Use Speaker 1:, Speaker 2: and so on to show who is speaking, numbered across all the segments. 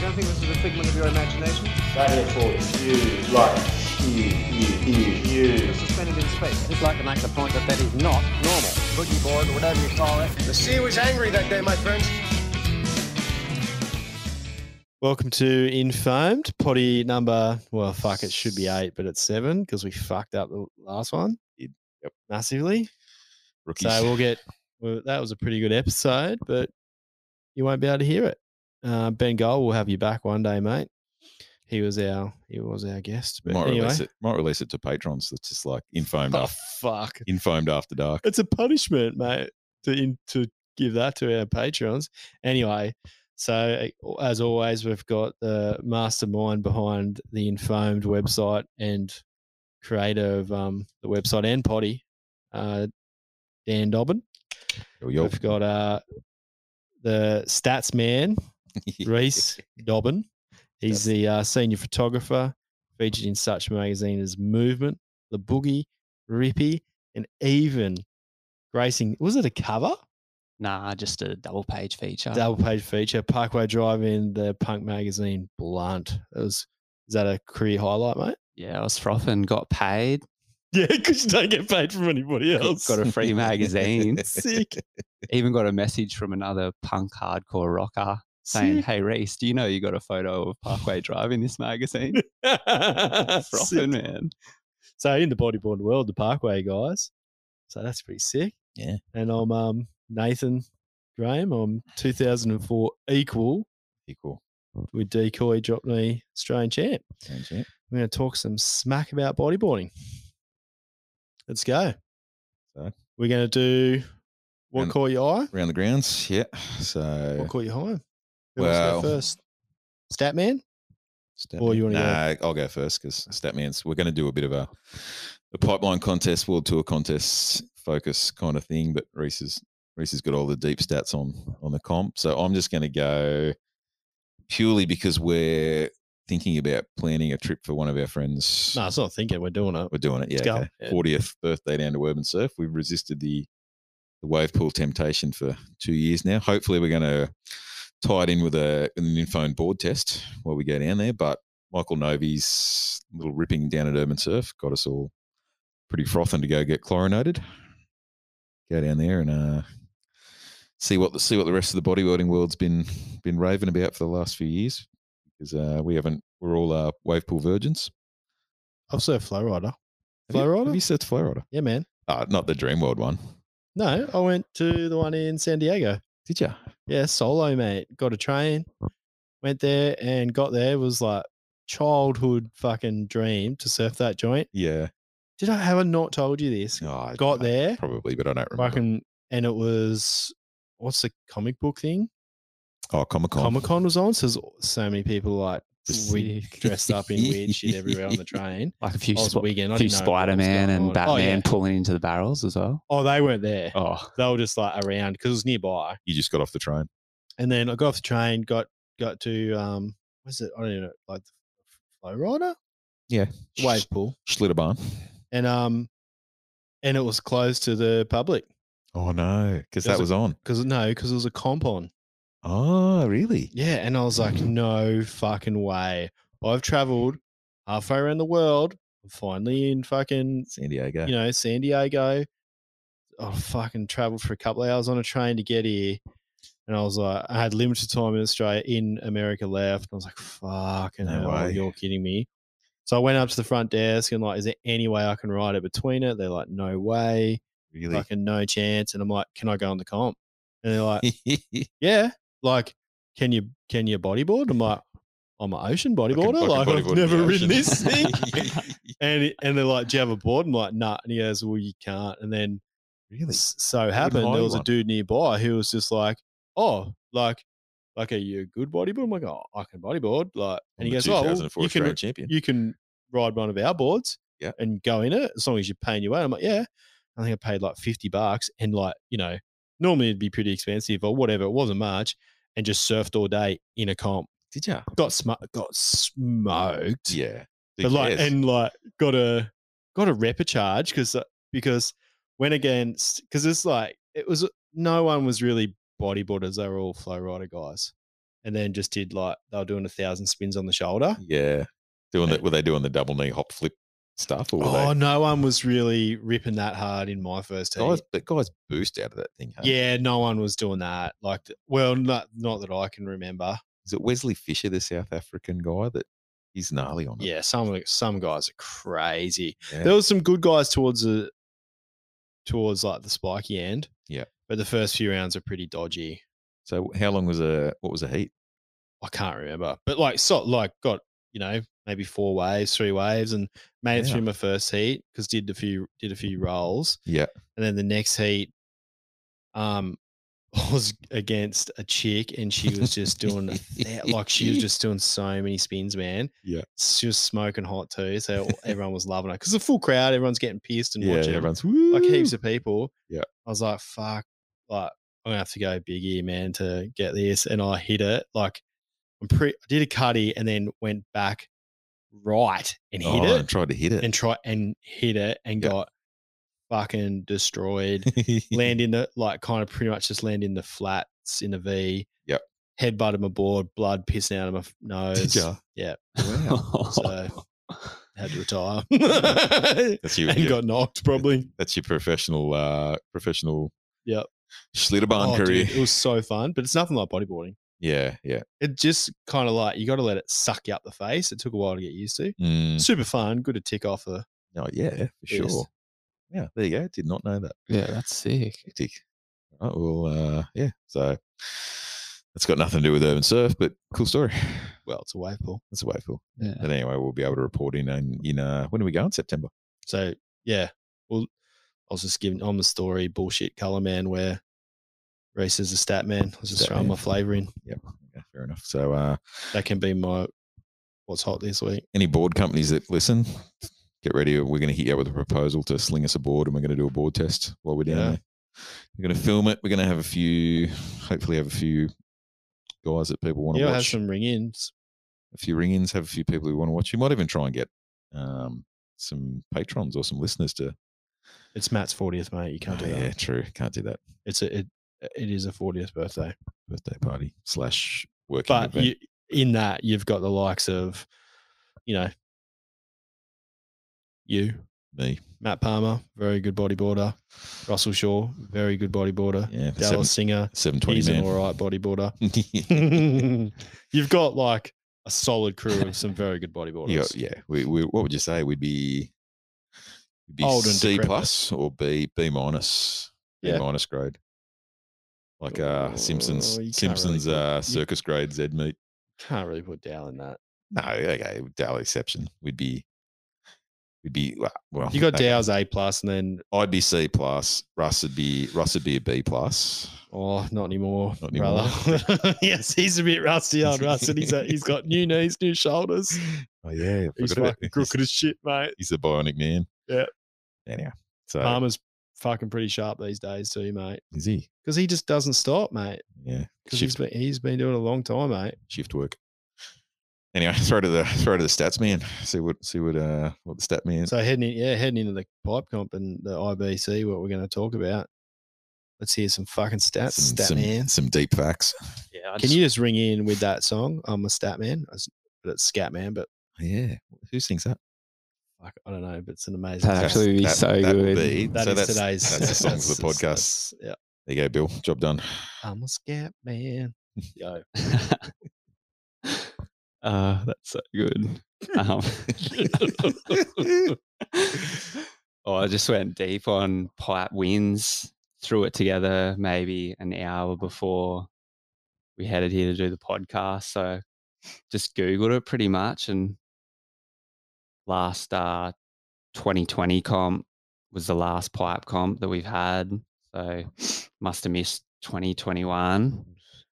Speaker 1: don't think this is a figment of your imagination.
Speaker 2: That airport is huge, like huge, huge, huge,
Speaker 1: It's
Speaker 2: huge.
Speaker 1: suspended in space.
Speaker 3: Just like to make the point that that is not normal.
Speaker 1: Boogie board, or whatever you call it. The sea was angry that day, my friends.
Speaker 4: Welcome to Infamed, potty number, well, fuck, it should be eight, but it's seven because we fucked up the last one massively.
Speaker 5: Rookies.
Speaker 4: So we'll get, well, that was a pretty good episode, but you won't be able to hear it. Uh, ben Gold will have you back one day, mate. He was our, he was our guest. But
Speaker 5: might
Speaker 4: anyway,
Speaker 5: release it. Might release it to patrons. That's just like infomed
Speaker 4: oh,
Speaker 5: after
Speaker 4: fuck.
Speaker 5: infomed after dark.
Speaker 4: It's a punishment, mate, to in, to give that to our patrons. Anyway, so uh, as always, we've got the mastermind behind the Infomed website and creator of um, the website and potty, uh, Dan Dobbin.
Speaker 5: Yo, yo.
Speaker 4: We've got uh, the stats man, Reese Dobbin. He's the uh, senior photographer featured in such magazine as Movement, The Boogie, Rippy, and even Gracing. Was it a cover?
Speaker 3: Nah, just a double page feature.
Speaker 4: Double page feature, Parkway Drive in the punk magazine Blunt. That was is that a career highlight, mate?
Speaker 3: yeah, I was frothing, got paid,
Speaker 4: Yeah, because you don't get paid from anybody
Speaker 3: got,
Speaker 4: else.
Speaker 3: got a free magazine,
Speaker 4: Sick.
Speaker 3: even got a message from another punk hardcore rocker saying,
Speaker 4: Sick.
Speaker 3: Hey, Reese, do you know you got a photo of Parkway Drive in this magazine?
Speaker 4: Sick.
Speaker 3: frothing, man.
Speaker 4: So in the bodyboard world, the Parkway guys. So that's pretty sick.
Speaker 5: Yeah.
Speaker 4: And I'm um, Nathan Graham. I'm 2004 equal
Speaker 5: Equal.
Speaker 4: with Decoy Drop Knee Australian champ.
Speaker 5: Change it.
Speaker 4: We're going to talk some smack about bodyboarding. Let's go.
Speaker 5: So?
Speaker 4: We're going to do what
Speaker 5: And-
Speaker 4: caught your eye,
Speaker 5: Around the grounds. Yeah. So
Speaker 4: what caught your eye. Who wants to go
Speaker 5: Well-
Speaker 4: first? Statman?
Speaker 5: Statman.
Speaker 4: Or you wanna go?
Speaker 5: nah, I'll go first because Statman's. We're going to do a bit of a, a pipeline contest, world tour contest focus kind of thing. But Reese has Reese has got all the deep stats on on the comp, so I'm just going to go purely because we're thinking about planning a trip for one of our friends.
Speaker 4: No, it's not thinking. We're doing it.
Speaker 5: We're doing it.
Speaker 4: Let's
Speaker 5: Yeah.
Speaker 4: go.
Speaker 5: okay.
Speaker 4: Yeah.
Speaker 5: 40th birthday down to Urban Surf. We've resisted the the wave pool temptation for two years now. Hopefully, we're going to tie it in with a an infone board test while we go down there. But Michael Novi's little ripping down at Urban Surf got us all pretty frothing to go get chlorinated. Go down there and uh, see what the see what the rest of the bodybuilding world's been been raving about for the last few years because uh, we haven't. We're all uh, wave pool virgins.
Speaker 4: I've surfed Flow Rider.
Speaker 5: Have you-
Speaker 4: Flowrider?
Speaker 5: Have you said Flow Rider?
Speaker 4: Yeah, man.
Speaker 5: Uh, not the Dream World one.
Speaker 4: No, I went to the one in San Diego.
Speaker 5: Did you?
Speaker 4: Yeah, solo, mate. Got a train, went there and got there. Was like childhood fucking dream to surf that joint.
Speaker 5: Yeah.
Speaker 4: Did I have I not told you this?
Speaker 5: Oh, I-
Speaker 4: Got
Speaker 5: I-
Speaker 4: there,
Speaker 5: Probably, but I don't remember.
Speaker 4: fucking, and it was what's the comic book thing?
Speaker 5: oh, Comic Con.
Speaker 4: Comic Con was on, so there's so many people like
Speaker 5: Just-
Speaker 4: we dressed up in weird shit everywhere on the train.
Speaker 3: Like a few,
Speaker 4: I was
Speaker 3: spo-
Speaker 4: weekend. I
Speaker 3: few
Speaker 4: didn't know what was
Speaker 3: Spider Man
Speaker 4: going
Speaker 3: and
Speaker 4: on. Oh, yeah.
Speaker 3: Batman pulling into the barrels as well.
Speaker 4: Oh, they weren't there.
Speaker 3: Oh,
Speaker 4: They were just like around because it was nearby.
Speaker 5: You just got off the train.
Speaker 4: and then I got off the train, got got to um, what's it? I don't even know, like the flow rider,
Speaker 5: Yeah.
Speaker 4: wave pool,
Speaker 5: Schlitterbahn.
Speaker 4: and um, and it was closed to the public
Speaker 5: Oh, no. Because
Speaker 4: It was
Speaker 5: that
Speaker 4: a-
Speaker 5: was on.
Speaker 4: because no, because it was a comp on.
Speaker 5: Oh, really?
Speaker 4: Yeah, and I was like, no fucking way. I've travelled halfway around the world. I'm finally in fucking
Speaker 5: San Diego.
Speaker 4: you know San Diego. I fucking travelled for a couple of hours on a train to get here. And I was like, I had limited time in Australia, in America left. And I was like, fucking
Speaker 5: No
Speaker 4: hell,
Speaker 5: way.
Speaker 4: you're kidding me. So I went up to the front desk and like, is there any way I can ride it between it? They're like, no way,
Speaker 5: really?
Speaker 4: fucking no chance. And I'm like, can I go on the comp? And they're like, yeah, like, can you can you bodyboard? I'm like, I'm an ocean bodyboarder. like, I've never ridden this thing. and he- and they're like, "Do you have a board?" I'm like, "Nah." And he goes, "Well, you can't." And then s-
Speaker 5: really?
Speaker 4: so happened
Speaker 5: hire
Speaker 4: there was a
Speaker 5: one?
Speaker 4: dude nearby who was just like, "Oh, like, like are you a good bodyboarder?" I'm like, "Oh, I can bodyboard." Like, and he goes, "Oh, well, you can
Speaker 5: Australian champion.
Speaker 4: you can ride one of our boards,
Speaker 5: Yeah.
Speaker 4: and go in it as long as you're paying your way." I'm like, "Yeah." I think I paid like fifty bucks, and like you know, normally it'd be pretty expensive or whatever. It wasn't much, and just surfed all day in a comp.
Speaker 5: Did you?
Speaker 4: Got sm- got smoked
Speaker 5: Yeah. Who
Speaker 4: but like
Speaker 5: cares?
Speaker 4: and like got a got a rapper charge because because when against because it's like it was no one was really bodyboarders they were all flow rider guys and then just did like they were doing a thousand spins on the shoulder.
Speaker 5: Yeah. Doing that, were they doing the double knee hop flip stuff? Or were
Speaker 4: Oh, no one was really ripping that hard in my first
Speaker 5: they,
Speaker 4: heat.
Speaker 5: guys, but guys boost out of that thing. Huh?
Speaker 4: Yeah, no one was doing that. Like, well, not not that I can remember.
Speaker 5: Is it Wesley Fisher, the South African guy that he's gnarly on it?
Speaker 4: Yeah, some some guys are crazy.
Speaker 5: Yeah.
Speaker 4: There was some good guys towards the towards like the spiky end.
Speaker 5: Yeah.
Speaker 4: but the first few rounds are pretty dodgy.
Speaker 5: So how long was a, what was a heat?
Speaker 4: I can't remember, but like so, like got you know maybe four waves, three waves, and made it
Speaker 5: Yeah.
Speaker 4: through my first heat because did a few did a few rolls,
Speaker 5: Yeah.
Speaker 4: and then the next heat, um, I was against a chick, and she was just doing a thou- like she was just doing so many spins, man.
Speaker 5: Yeah.
Speaker 4: she was smoking hot too, so everyone was loving her because the full crowd, everyone's getting pissed and
Speaker 5: Yeah,
Speaker 4: watching,
Speaker 5: everyone's
Speaker 4: like heaps
Speaker 5: "Woo!"
Speaker 4: of people.
Speaker 5: Yeah.
Speaker 4: I was like, fuck, like I'm gonna have to go big ear, man, to get this. And I hit it. Like I'm pretty I did a cutty and then went back right and hit
Speaker 5: Oh, and
Speaker 4: it
Speaker 5: tried to hit it.
Speaker 4: and try and hit it and
Speaker 5: Yeah.
Speaker 4: got fucking destroyed. land in the like kind of pretty much just land in the flats in a V.
Speaker 5: Yep.
Speaker 4: Headbutted my board, blood pissing out of my f- nose.
Speaker 5: Did ya?
Speaker 4: Yeah.
Speaker 3: Wow.
Speaker 4: So- Had to retire.
Speaker 5: That's you.
Speaker 4: and
Speaker 5: yeah.
Speaker 4: got knocked probably.
Speaker 5: That's your professional, uh, professional.
Speaker 4: Yep.
Speaker 5: Schlitterbahn
Speaker 4: Oh,
Speaker 5: career.
Speaker 4: dude, it was so fun, but it's nothing like bodyboarding.
Speaker 5: Yeah, yeah.
Speaker 4: It just kind of like you got to let it suck you up the face. It took a while to get used to.
Speaker 5: Mm.
Speaker 4: Super fun, good to tick off a
Speaker 5: Oh, yeah, for
Speaker 4: Yes.
Speaker 5: sure. Yeah, there you go. Did not know that.
Speaker 3: yeah, that's sick.
Speaker 5: Hectic. All right, well, uh, yeah. So that's got nothing to do with urban surf, but cool story.
Speaker 4: well, it's a wave pool.
Speaker 5: That's a way cool.
Speaker 3: Yeah.
Speaker 5: And anyway, we'll be able to report in in, in uh, when do we go in September?
Speaker 4: So yeah, well, I was just giving on the story bullshit color man where race is a stat man. I was just
Speaker 5: Stat
Speaker 4: throwing
Speaker 5: man.
Speaker 4: my flavor in.
Speaker 5: Yep. Yeah, fair enough. So uh,
Speaker 4: That can be my what's hot this week.
Speaker 5: any board companies that listen, get ready. We're going to hit you up with a proposal to sling us a board, and we're going to do a board test while we're down
Speaker 4: Yeah.
Speaker 5: there. We're going to film it. We're going to have a few, hopefully, have a few guys that people want to
Speaker 4: Yeah, I have
Speaker 5: watch.
Speaker 4: some ring ins.
Speaker 5: a few ring-ins, have a few people who want to watch. You might even try and get um, some patrons or some listeners to.
Speaker 4: It's Matt's fortieth, mate. You can't
Speaker 5: Oh,
Speaker 4: do
Speaker 5: Yeah,
Speaker 4: that.
Speaker 5: true. Can't do that.
Speaker 4: It's a it, it is a fortieth birthday.
Speaker 5: Birthday party slash working
Speaker 4: but
Speaker 5: event.
Speaker 4: you, in that you've got the likes of you know you
Speaker 5: me.
Speaker 4: matt palmer very good bodyboarder russell shaw very good bodyboarder
Speaker 5: Yeah,
Speaker 4: dallas singer
Speaker 5: seven twenty
Speaker 4: he's an
Speaker 5: man.
Speaker 4: all right bodyboarder
Speaker 5: yeah,
Speaker 4: you've got like a solid crew of some very good bodyboarders
Speaker 5: yeah. We, we, what would you say? We'd be, we'd be
Speaker 4: Old and
Speaker 5: C
Speaker 4: decrepit.
Speaker 5: plus or B B minus B
Speaker 4: Yeah.
Speaker 5: minus grade. Like uh Simpsons
Speaker 4: Oh, you can't really
Speaker 5: Simpsons
Speaker 4: put-
Speaker 5: uh
Speaker 4: you-
Speaker 5: circus grade Z meet.
Speaker 4: can't really put down in that
Speaker 5: No, okay, Dal exception. We'd be we'd be uh, well
Speaker 4: you got
Speaker 5: okay.
Speaker 4: dow's a plus and then
Speaker 5: I'd be C plus. Russ would be Russ would be a B plus.
Speaker 4: oh not anymore
Speaker 5: Not anymore.
Speaker 4: brother yes he's a bit rusty on russ and he's, a, he's got new knees new shoulders
Speaker 5: Oh yeah,
Speaker 4: he's fucking crooked as shit mate
Speaker 5: He's a bionic man.
Speaker 4: Yeah. Um,
Speaker 5: Anyhow, so
Speaker 4: Palmer's fucking pretty sharp these days too, mate.
Speaker 5: is he?
Speaker 4: Because he just doesn't stop, mate.
Speaker 5: Yeah.
Speaker 4: Because he's
Speaker 5: Shift,
Speaker 4: been he's been doing it a long time, mate.
Speaker 5: shift work. Anyway, throw to the throw to the stats man. See what see what uh what the stat man.
Speaker 4: So heading in, yeah, heading into the pipe comp and the IBC, what we're going to talk about. Let's hear some fucking stats,
Speaker 5: some,
Speaker 4: stat
Speaker 5: some,
Speaker 4: man.
Speaker 5: some deep facts.
Speaker 3: Yeah, I
Speaker 4: Can you just ring in with that song? I'm a stat man, I s- but it's scat man. But
Speaker 5: Yeah. Who sings that?
Speaker 4: fuck, I don't know. But it's an amazing.
Speaker 3: That'd
Speaker 4: song.
Speaker 3: actually be so
Speaker 5: that will
Speaker 3: good.
Speaker 5: be-
Speaker 4: That
Speaker 5: so
Speaker 4: is
Speaker 5: that's,
Speaker 4: today's.
Speaker 5: That's the song for the
Speaker 4: that's-
Speaker 5: podcast.
Speaker 4: that's- Yeah,
Speaker 5: There you go, Bill. Job done.
Speaker 4: I'm a scat man. Yo,
Speaker 3: uh, that's so good. Um, oh, I just went deep on pipe wins, threw it together maybe an hour before we headed here to do the podcast. So just Googled it pretty much. And last uh, 2020 comp was the last pipe comp that we've had. So must have missed 2021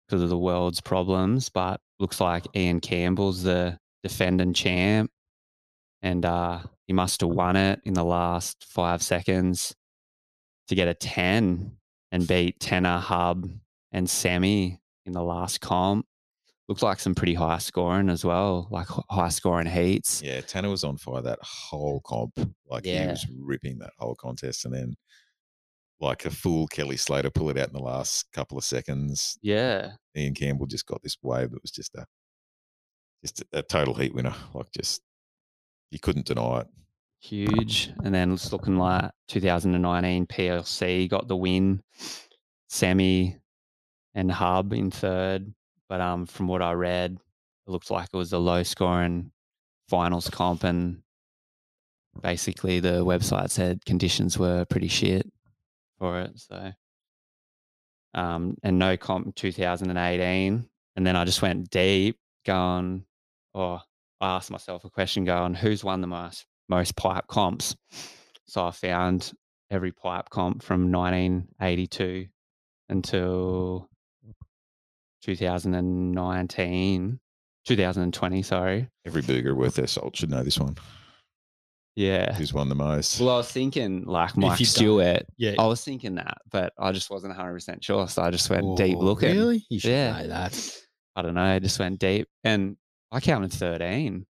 Speaker 3: because of the world's problems. But looks like Ian Campbell's the defending champ. And uh, he must have won it in the last five seconds to get a 10 and beat Tenner, Hub, and Sammy in the last comp. Looked like some pretty high scoring as well, like h- high scoring heats.
Speaker 5: Yeah, Tanner was on fire that whole comp. Like he
Speaker 3: Yeah.
Speaker 5: was ripping that whole contest, and then like a fool Kelly Slater pull it out in the last couple of seconds.
Speaker 3: Yeah.
Speaker 5: Ian Campbell just got this wave that was just a just a, a total heat winner. Like just you couldn't deny it.
Speaker 3: Huge. And then it's looking like 2019 PLC got the win. Sammy and Hub in third. But um, from what I read, it looked like it was a low scoring finals comp. And basically, the website said conditions were pretty shit for it. So, um, and no comp in 2018. And then I just went deep going, or I asked myself a question going, who's won the most, most pipe comps? So I found every pipe comp from 1982 until 2019, 2020, sorry.
Speaker 5: Every booger worth their salt should know this one.
Speaker 3: Yeah.
Speaker 5: Who's won the most?
Speaker 3: Well, I was thinking like Mike
Speaker 4: you don't-
Speaker 3: Stewart.
Speaker 4: Yeah.
Speaker 3: I was thinking that, but I just wasn't 100% sure. So I just went deep looking.
Speaker 4: Oh, Really? You should
Speaker 3: Yeah.
Speaker 4: know that.
Speaker 3: I don't know. I just went deep. And I counted 13.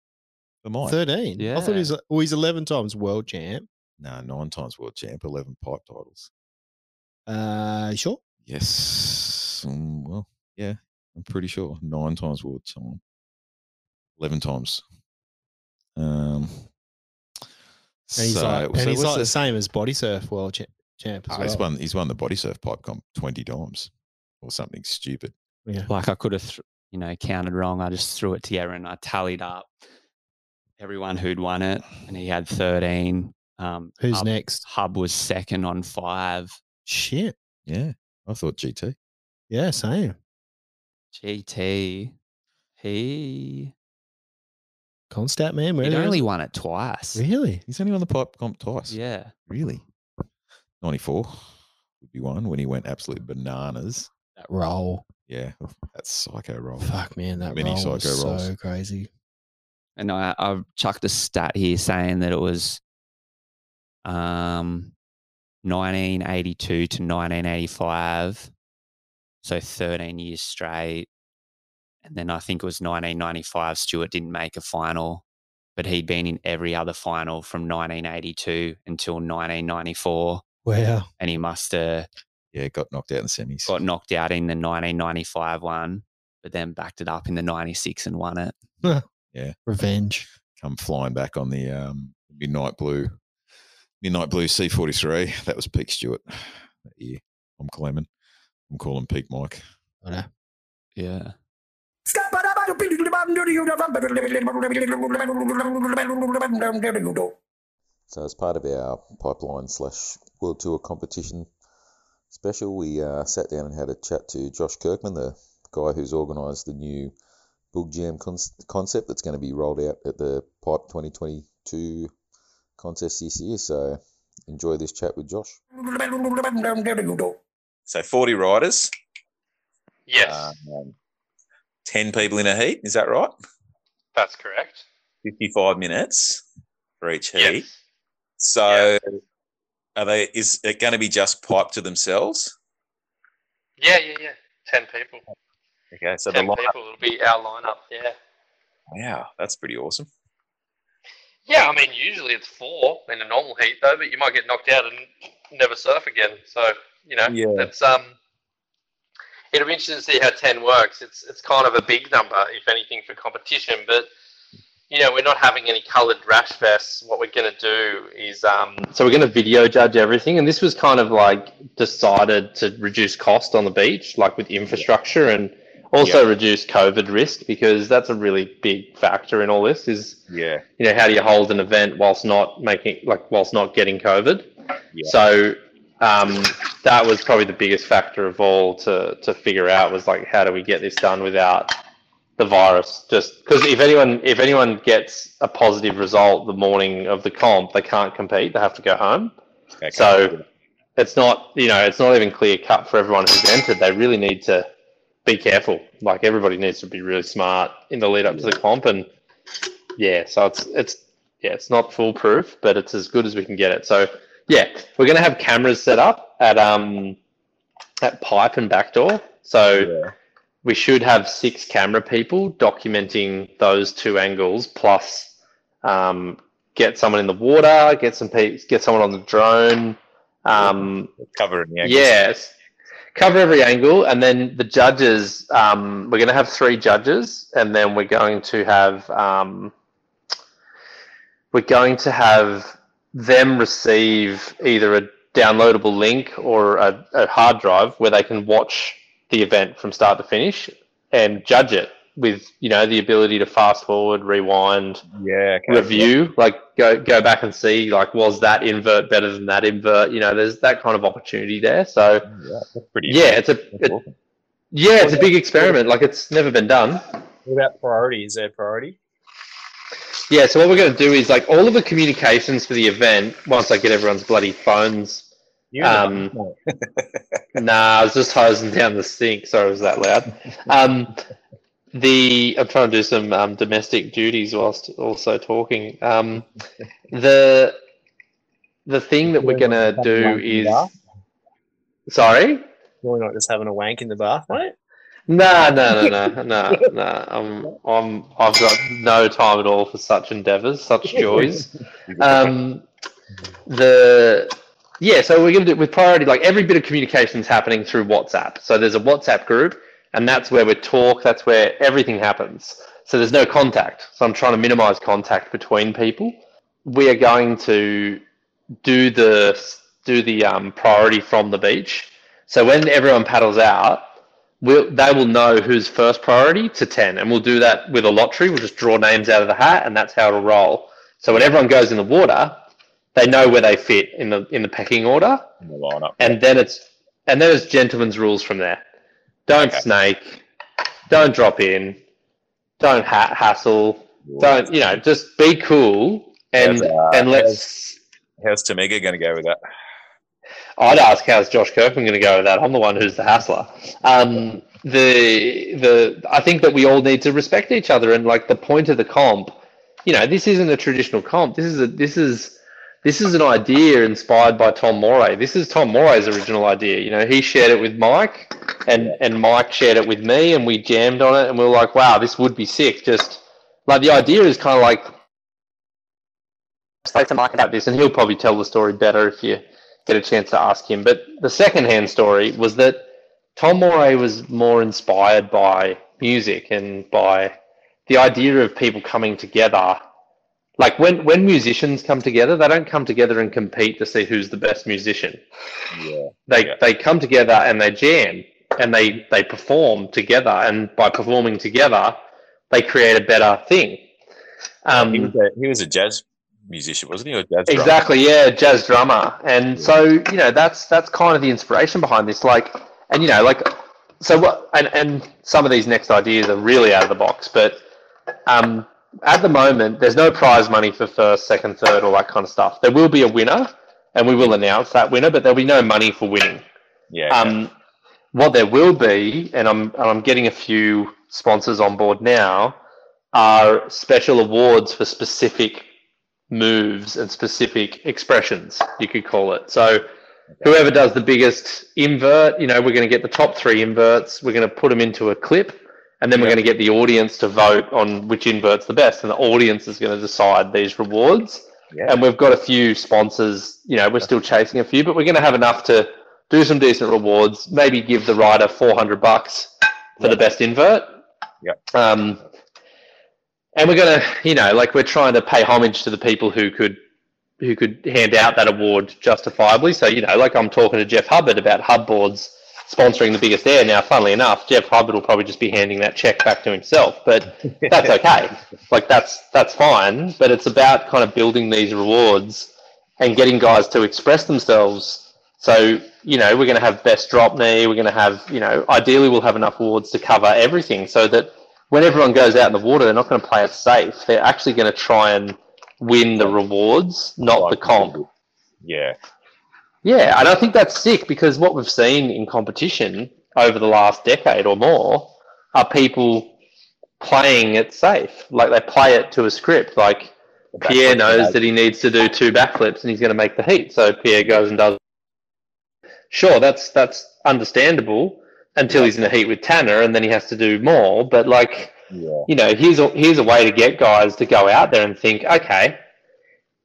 Speaker 5: For mine.
Speaker 4: 13. I thought
Speaker 3: Yeah.
Speaker 4: he's, well, he's 11 times world champ.
Speaker 5: No, nine times world champ, eleven pipe titles.
Speaker 4: Uh, you sure.
Speaker 5: Yes. Mm, well, yeah, I'm pretty sure. Nine times world champ. Eleven times. Um
Speaker 4: And he's
Speaker 5: so-
Speaker 4: like, and
Speaker 5: so
Speaker 4: he's
Speaker 5: what's
Speaker 4: like the
Speaker 5: the-
Speaker 4: same as body surf world cha- champ as
Speaker 5: Ah, he's
Speaker 4: well.
Speaker 5: won. He's won the body surf pipe comp twenty times, or something stupid.
Speaker 4: Yeah.
Speaker 3: Like I could have, th- you know, counted wrong. I just threw it together and I tallied up everyone who'd won it. And he had 13. Um,
Speaker 4: Who's
Speaker 3: Hub-
Speaker 4: next?
Speaker 3: Hub was second on five.
Speaker 4: Shit.
Speaker 5: Yeah, I thought GT.
Speaker 4: Yeah, same.
Speaker 3: GT. He
Speaker 4: Constat man. Where
Speaker 3: he'd
Speaker 4: the hell-
Speaker 3: only won it twice.
Speaker 4: really?
Speaker 5: He's only won the pipe comp twice.
Speaker 3: Yeah.
Speaker 5: really. Ninety four would be one when he went absolute bananas.
Speaker 4: That roll.
Speaker 5: Yeah, that's psycho roll.
Speaker 4: Fuck man, that
Speaker 5: Mini
Speaker 4: roll was
Speaker 5: psycho rolls.
Speaker 4: so crazy.
Speaker 3: And I I chucked a stat here saying that it was um 1982 to 1985. So 13 years straight. And then I think it was 1995 Stewart didn't make a final, but he'd been in every other final from 1982 until 1994
Speaker 4: Wow.
Speaker 3: and he must have
Speaker 5: Yeah, got knocked out in the semis.
Speaker 3: got knocked out in the 1995 one, but then backed it up in the 96 and won it.
Speaker 4: Revenge.
Speaker 5: Come flying back on the um, midnight blue, midnight blue C forty three. That was peak Stewart that year. I'm claiming. I'm calling peak Mike.
Speaker 4: I know.
Speaker 3: Yeah.
Speaker 6: So, as part of our pipeline slash world tour competition special, we uh, sat down and had a chat to Josh Kirkman, the guy who's organised the new Boog Jam con- concept that's going to be rolled out at the Pipe 2022 contest this year. So, enjoy this chat with Josh.
Speaker 7: So 40 riders,
Speaker 8: Yes,
Speaker 7: um, 10 people in a heat, is that right?
Speaker 8: that's correct.
Speaker 7: 55 minutes for each heat.
Speaker 8: Yes.
Speaker 7: So are they is it going to be just pipe to themselves?
Speaker 8: Yeah, yeah, yeah. Ten people.
Speaker 7: Okay, so
Speaker 8: Ten
Speaker 7: the line
Speaker 8: people will be our lineup. Yeah.
Speaker 7: wow, that's pretty awesome.
Speaker 8: Yeah, I mean, usually it's four in a normal heat though, but you might get knocked out and never surf again. So you know,
Speaker 7: Yeah.
Speaker 8: that's um. It'll be interesting to see how ten works. It's it's kind of a big number, if anything, for competition. But you know, we're not having any coloured rash vests. What we're going to do is, um, so we're going to video judge everything, and this was kind of like decided to reduce cost on the beach, like with infrastructure and also reduce COVID risk because that's a really big factor in all this. Is
Speaker 7: Yeah.
Speaker 8: you know, how do you hold an event whilst not making like whilst not getting COVID?
Speaker 7: Yeah.
Speaker 8: So um, that was probably the biggest factor of all to to figure out was like how do we get this done without the virus? Just because if anyone if anyone gets a positive result the morning of the comp, they can't compete. They have to go home.
Speaker 7: Okay,
Speaker 8: So it's not you know it's not even clear cut for everyone who's entered. They really need to be careful. Like everybody needs to be really smart in the lead up to the comp, and yeah, so it's it's yeah it's not foolproof, but it's as good as we can get it. So yeah, we're gonna have cameras set up at um at pipe and backdoor. So
Speaker 7: Yeah.
Speaker 8: we should have six camera people documenting those two angles plus um, get someone in the water get some pe- get someone on the drone Um,
Speaker 7: Cover in the angles.
Speaker 8: Yes. Cover every angle, and then the judges. Um, we're going to have three judges, and then we're going to have um, we're going to have them receive either a downloadable link or a, a hard drive where they can watch the event from start to finish and judge it with you know the ability to fast forward, rewind,
Speaker 7: Yeah. okay.
Speaker 8: review like go go back and see like was that invert better than that invert you know there's that kind of opportunity there so
Speaker 7: Yeah, that's pretty
Speaker 8: yeah it's a
Speaker 7: That's
Speaker 8: it-
Speaker 7: awesome.
Speaker 8: yeah it's a big experiment like it's never been done
Speaker 9: What about priority? Is there priority?
Speaker 8: yeah so what we're going to do is like all of the communications for the event once i get everyone's bloody phones
Speaker 9: You
Speaker 8: um nah i was just hosing down the sink sorry it was that loud um the i'm trying to do some um, domestic duties whilst also talking um the the thing that we're gonna do is sorry
Speaker 9: We're not just having a wank in the bath, mate.
Speaker 8: no no no no no no i'm i'm i've got no time at all for such endeavors such joys um the yeah so we're gonna do with priority like every bit of communication is happening through whatsapp so there's a whatsapp group and that's where we talk that's where everything happens so there's no contact so i'm trying to minimize contact between people we are going to do the do the um, priority from the beach so when everyone paddles out we'll, they will know who's first priority to 10 and we'll do that with a lottery we'll just draw names out of the hat and that's how it'll roll so when everyone goes in the water they know where they fit in the in the pecking order
Speaker 7: In the lineup.
Speaker 8: and then it's and then it's gentleman's rules from there. Don't
Speaker 7: Okay.
Speaker 8: snake, don't drop in, don't ha- hassle, don't you know, just be cool and
Speaker 7: How's, uh,
Speaker 8: and let's.
Speaker 7: How's Tamega going to go with that?
Speaker 8: I'd ask how's Josh Kirkman going to go with that. I'm the one who's the hassler. Um, the the I think that we all need to respect each other and like the point of the comp. You know, this isn't a traditional comp. This is a this is this is an idea inspired by Tom Moray. This is Tom Moray's original idea. You know, he shared it with Mike, and and Mike shared it with me, and we jammed on it, and we were like, wow, this would be sick. Just like the idea is kind of like. Spoke to Mike about this, and he'll probably tell the story better if you get a chance to ask him. But the second-hand story was that Tom Moray was more inspired by music and by the idea of people coming together. Like when, when musicians come together, they don't come together and compete to see who's the best musician.
Speaker 7: Yeah.
Speaker 8: They,
Speaker 7: Yeah.
Speaker 8: they come together and they jam and they, they perform together. And by performing together, they create a better thing.
Speaker 7: He
Speaker 8: Um,
Speaker 7: was a, he was a jazz musician, wasn't he? Or jazz drummer?
Speaker 8: exactly yeah jazz drummer and so you know that's that's kind of the inspiration behind this like and you know like so what and and some of these next ideas are really out of the box but um at the moment there's no prize money for first second third all that kind of stuff there will be a winner and we will announce that winner but there'll be no money for winning
Speaker 7: Yeah. okay.
Speaker 8: um, what there will be, and I'm and I'm getting a few sponsors on board now, are special awards for specific moves and specific expressions. You could call it. So, whoever does the biggest invert, you know, we're going to get the top three inverts. We're going to put them into a clip, and then we're going to get the audience to vote on which invert's the best, and the audience is going to decide these rewards.
Speaker 7: Yeah.
Speaker 8: And we've got a few sponsors. You know, we're still chasing a few, but we're going to have enough to do some decent rewards. Maybe give the rider four hundred bucks for the best invert.
Speaker 7: Yep.
Speaker 8: Um, and we're gonna, you know, like we're trying to pay homage to the people who could, who could hand out that award justifiably. So you know, like I'm talking to Jeff Hubbard about hub boards sponsoring the biggest air. Now, funnily enough, Jeff Hubbard will probably just be handing that check back to himself, but that's okay. like that's that's fine. But it's about kind of building these rewards and getting guys to express themselves so, you know, we're going to have best drop knee. We're going to have, you know, ideally we'll have enough awards to cover everything so that when everyone goes out in the water, they're not going to play it safe. They're actually going to try and win the rewards, not the comp.
Speaker 7: Yeah.
Speaker 8: Yeah, and I think that's sick because what we've seen in competition over the last decade or more are people playing it safe. Like they play it to a script. Like Pierre knows that he needs to do two backflips and he's going to make the heat. So Pierre goes and does. Sure, that's that's understandable until he's in the heat with Tanner and then he has to do more. But like,
Speaker 7: Yeah.
Speaker 8: you know, here's a, here's a way to get guys to go out there and think, okay,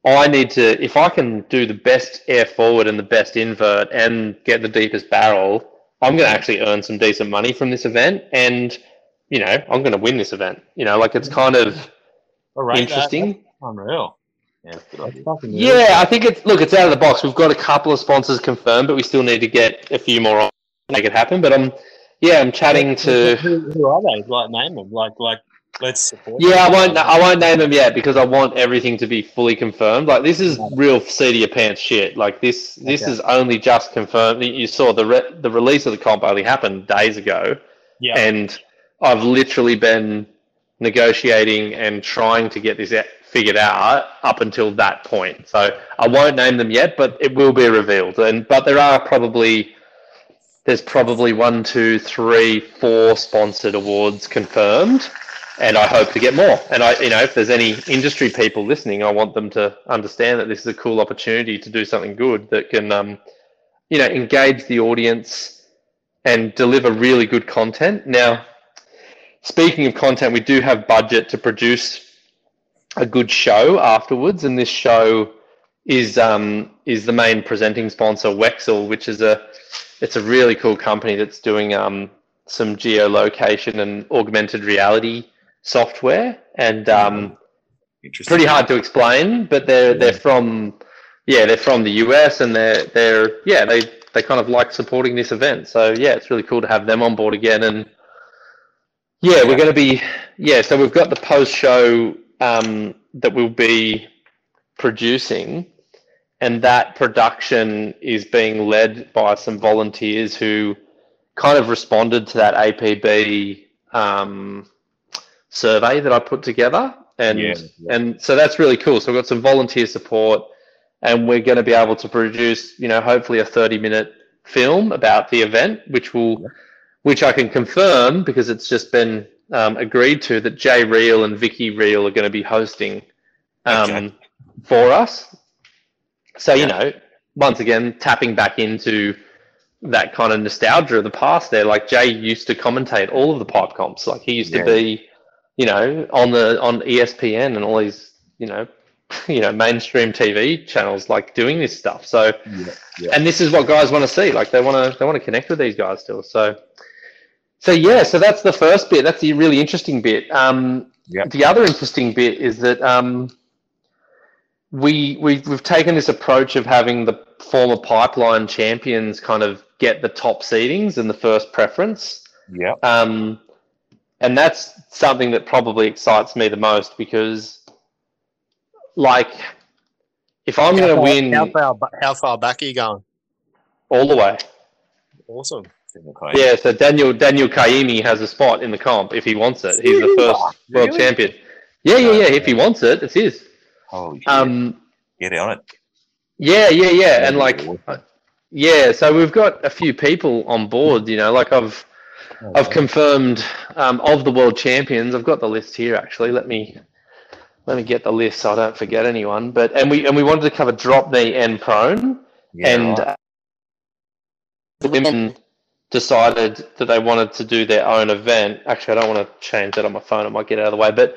Speaker 8: I need to, if I can do the best air forward and the best invert and get the deepest barrel, I'm going to actually earn some decent money from this event. And, you know, I'm going to win this event. You know, like it's kind of
Speaker 9: All right,
Speaker 8: interesting.
Speaker 9: unreal. Yeah, it's good idea.
Speaker 8: Yeah, I think it's look, it's out of the box. We've got a couple of sponsors confirmed, but we still need to get a few more on to make it happen. But I'm yeah, I'm chatting to
Speaker 9: Who, who are they? Like name them. Like like let's support.
Speaker 8: yeah, I won't I won't name them yet because I want everything to be fully confirmed. Like this is real seat of your pants shit. Like this this
Speaker 9: Okay.
Speaker 8: is only just confirmed. You- You saw the re- the release of the comp only happened days ago,
Speaker 9: Yeah.
Speaker 8: and I've literally been negotiating and trying to get this out, figured out up until that point. So I won't name them yet, but it will be revealed. And but there are probably there's probably one, two, three, four sponsored awards confirmed, and I hope to get more. And I, you know, if there's any industry people listening, I want them to understand that this is a cool opportunity to do something good that can, um, you know, engage the audience and deliver really good content. Now, speaking of content, we do have budget to produce a good show afterwards, and this show is um, is the main presenting sponsor Wexel, which is a it's a really cool company that's doing um, some geolocation and augmented reality software, and um,
Speaker 7: Interesting.
Speaker 8: pretty hard to explain. But they're they're from yeah they're from the US, and they're they're yeah they they kind of like supporting this event. So yeah, it's really cool to have them on board again, and yeah, we're going to be yeah. So we've got the post show um, that we'll be producing, and that production is being led by some volunteers who kind of responded to that APB um, survey that I put together, and
Speaker 7: Yeah,
Speaker 8: and so that's really cool. So we've got some volunteer support, and we're going to be able to produce you know hopefully a thirty minute film about the event, which will which I can confirm because it's just been um, agreed to that Jay Reel and Vicky Reel are going to be hosting um,
Speaker 7: Okay.
Speaker 8: for us. So you know, once again, tapping back into that kind of nostalgia of the past. There, like Jay used to commentate all of the pipe comps. Like he used
Speaker 7: Yeah.
Speaker 8: to be, you know, on the on E ESPN and all these, you know, you know, mainstream TV channels like doing this stuff. So, and this is what guys want to see. Like they want to they want to connect with these guys still. So. So yeah, so that's the first bit. That's the really interesting bit. Um,
Speaker 7: Yep.
Speaker 8: The other interesting bit is that um, we, we we've taken this approach of having the former pipeline champions kind of get the top seedings and the first preference.
Speaker 7: Yep.
Speaker 8: Um, and that's something that probably excites me the most because, like, if I'm going
Speaker 9: How
Speaker 8: to
Speaker 9: far-
Speaker 8: win
Speaker 9: How far, ba- how far back are you going?
Speaker 8: all the way,
Speaker 9: Awesome.
Speaker 7: Yeah.
Speaker 8: Yeah, so Daniel Daniel Kaimi has a spot in the comp if he wants it. He's the first world champion. Yeah, yeah, yeah. If he wants it, it's his.
Speaker 7: Holy shit.
Speaker 8: Um,
Speaker 7: Get on it.
Speaker 8: yeah, yeah, yeah, and like,
Speaker 7: Awesome.
Speaker 8: yeah. So we've got a few people on board. You know, like I've I've confirmed um, of the world champions. I've got the list here actually. Let me let me get the list so I don't forget anyone. But and we and we wanted to cover drop knee and prone
Speaker 7: Yeah,
Speaker 8: and
Speaker 7: right.
Speaker 8: uh, the women decided that they wanted to do their own event. Actually, I don't want to change that on my phone. I might get out of the way, but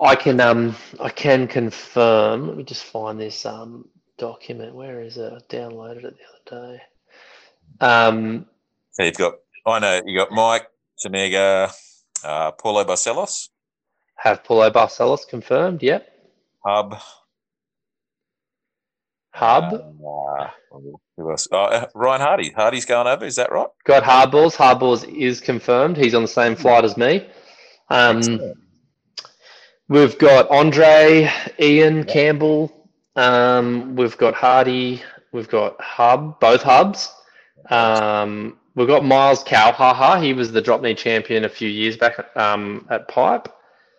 Speaker 8: I can um I can confirm. Let me just find this um document. Where is it? I downloaded it the other day. Um,
Speaker 7: so you've got I know you got Mike Tanega, uh, Paulo Barcelos,
Speaker 8: have Paulo Barcelos confirmed? Yep.
Speaker 7: Hub,
Speaker 8: Hub
Speaker 7: Uh, who else? Oh, uh, Ryan Hardy. Hardy's going over. Is that right?
Speaker 8: got Hardballs. Hardballs is confirmed. He's on the same flight as me. Um, We've got Andre, Ian Campbell. Um, we've got Hardy. We've got Hub, both hubs. Um, we've got Miles Cowhaha. He was the drop knee champion a few years back um, at Pipe.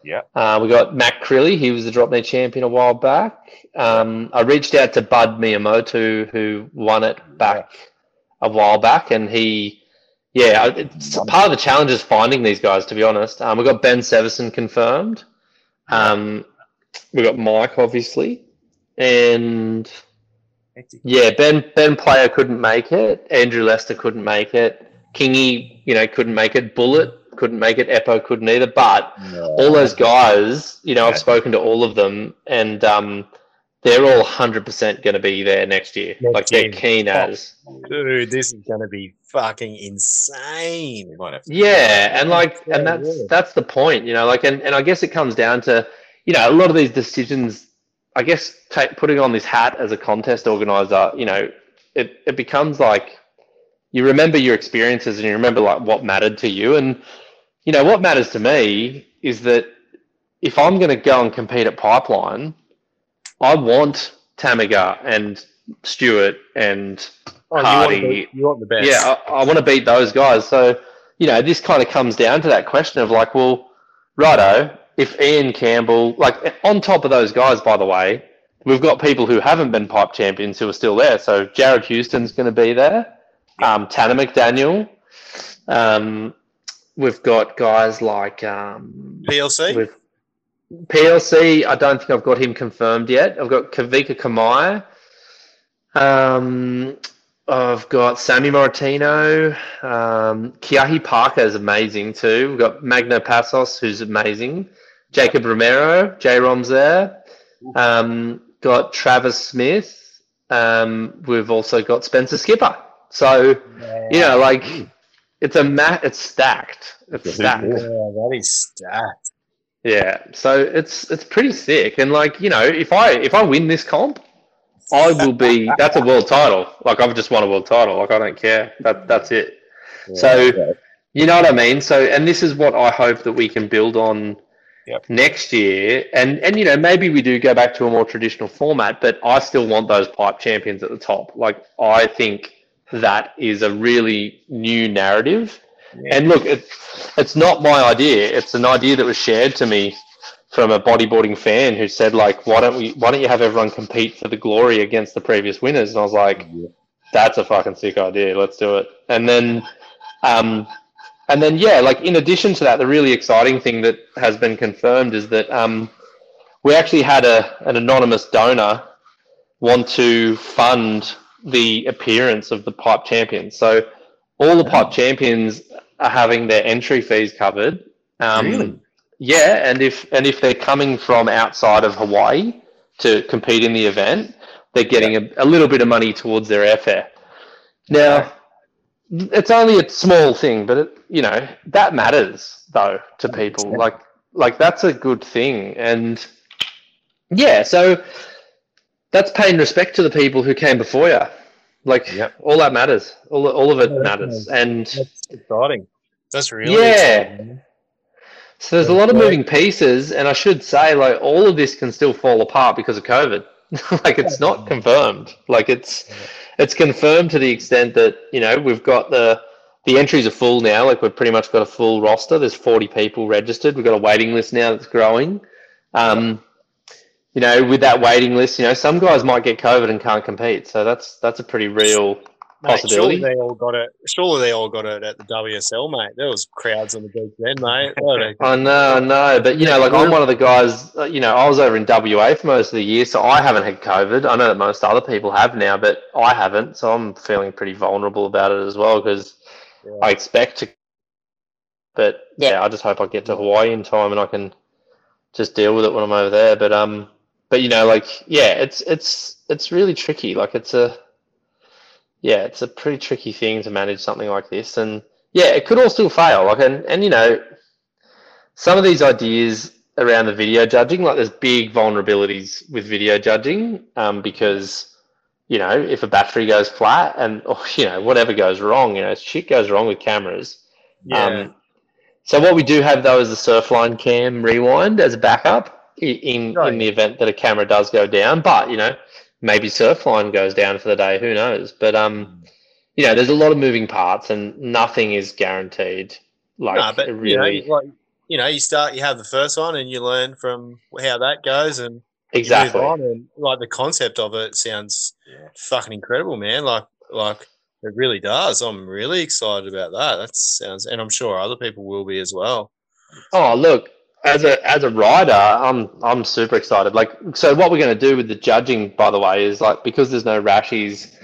Speaker 7: Yeah.
Speaker 8: Uh, we got Matt Crilly. He was the drop knee champion a while back. Um, I reached out to Bud Miyamoto, who won it back a while back, and he, yeah, I- it's, part of the challenge is finding these guys. To be honest, um, we got Ben Severson confirmed. Um, we got Mike, obviously, and yeah, Ben Ben Player couldn't make it. Andrew Lester couldn't make it. Kingy, you know, couldn't make it. Bullet couldn't make it. Eppo couldn't either. But all those guys, you know, I've spoken to all of them, and um, They're all hundred percent going to be there next year.
Speaker 9: Next
Speaker 8: like they're
Speaker 9: year. Oh.
Speaker 8: keen as.
Speaker 9: Dude, this is going to be fucking insane.
Speaker 7: We might have to
Speaker 8: Yeah, and like,
Speaker 9: Yeah,
Speaker 8: and that's
Speaker 9: yeah.
Speaker 8: that's the point, you know. Like, and, and I guess it comes down to, you know, a lot of these decisions. I guess ta putting on this hat as a contest organizer, you know, it it becomes like you remember your experiences and you remember like what mattered to you, and you know what matters to me is that if I'm going to go and compete at Pipeline, I want Tamiga and Stewart and
Speaker 9: Oh, you, want
Speaker 8: Hardy.
Speaker 9: the, you want the best.
Speaker 8: yeah, I, I want to beat those guys. So, you know, this kind of comes down to that question of like, well, righto, if Ian Campbell, like, on top of those guys, by the way, we've got people who haven't been pipe champions who are still there. So Jared Houston's going to be there, um, Tanner McDaniel. Um, we've got guys like um,
Speaker 9: PLC?
Speaker 8: with PLC, I don't think I've got him confirmed yet. I've got Kavika Kamaya. Um, I've got Sammy Moritino. Um, Kiahi Parker is amazing too. We've got Magno Passos, who's amazing. Jacob Romero, J Rom's there. Um, got Travis Smith. Um, we've also got Spencer Skipper. So, you know, like it's a ma- it's stacked. It's
Speaker 9: yeah,
Speaker 8: stacked.
Speaker 9: that is stacked.
Speaker 8: Yeah, so it's it's pretty sick, and like you know, if I if I win this comp, I will be. That's a world title. Like I've just won a world title. Like I don't care. That that's it. So you know what I mean. So and this is what I hope that we can build on
Speaker 7: Yep.
Speaker 8: next year, and and you know maybe we do go back to a more traditional format, but I still want those pipe champions at the top. Like I think that is a really new narrative. And look, it's, it's not my idea. It's an idea that was shared to me from a bodyboarding fan who said, like, why don't we? Why don't you have everyone compete for the glory against the previous winners? And I was like, that's a fucking sick idea. Let's do it. And then, um, and then yeah, like in addition to that, the really exciting thing that has been confirmed is that um, we actually had a an anonymous donor want to fund the appearance of the pipe champions. So all the pipe champions are having their entry fees covered. Um,
Speaker 9: Really?
Speaker 8: Yeah, and if and if they're coming from outside of Hawaii to compete in the event, they're getting a, a little bit of money towards their airfare. Now, it's only a small thing, but it, you know that matters though to people. Like like that's a good thing, and yeah, so that's paying respect to the people who came before you. Like
Speaker 9: Yep.
Speaker 8: all that matters. All all of it
Speaker 9: Yeah,
Speaker 8: matters, and.
Speaker 9: That's exciting. That's really
Speaker 8: Yeah.
Speaker 9: exciting.
Speaker 8: So there's a lot of moving pieces, and I should say, like all of this can still fall apart because of COVID. like it's not confirmed. Like it's it's confirmed to the extent that you know we've got the the entries are full now. Like we've pretty much got a full roster. There's 40 people registered. We've got a waiting list now that's growing. Um, you know, with that waiting list, you know, some guys might get COVID and can't compete. So that's that's a pretty real.
Speaker 9: Mate, surely
Speaker 8: Possibility.
Speaker 9: they all got it. Surely they all got it at the WSL, mate. There was crowds on the beach then, mate. What a-
Speaker 8: I know, I know, but you know, like I'm one of the guys. uh, You know, I was over in WA for most of the year, so I haven't had COVID. I know that most other people have now, but I haven't, so I'm feeling pretty vulnerable about it as well because
Speaker 9: Yeah.
Speaker 8: I expect to. But yeah. I just hope I get to Hawaii in time and I can just deal with it when I'm over there. But um, but you know, like yeah, it's it's it's really tricky. Like it's a yeah, it's a pretty tricky thing to manage something like this, and yeah, it could all still fail. Like and and you know some of these ideas around the video judging, like there's big vulnerabilities with video judging um, because, you know, if a battery goes flat and, or, you know, whatever goes wrong, you know, shit goes wrong with cameras.
Speaker 9: yeah.
Speaker 8: Um, so what we do have though is the Surfline cam rewind as a backup i- in
Speaker 9: Right.
Speaker 8: in the event that a camera does go down. But you know, maybe Surfline goes down for the day. Who knows? But
Speaker 9: Hmm.
Speaker 8: um, you know, there's a lot of moving parts and nothing is guaranteed. Like
Speaker 9: no, but
Speaker 8: it really,
Speaker 9: you know, like you know, you start, you have the first one, and you learn from how that goes, and you move
Speaker 8: exactly.
Speaker 9: on, and like the concept of it sounds fucking incredible, man. Like, like it really does. I'm really excited about that. That sounds, and I'm sure other people will be as well.
Speaker 8: Oh, look, as a as a rider, I'm I'm super excited. Like, so what we're going to do with the judging, by the way, is like because there's no rashies.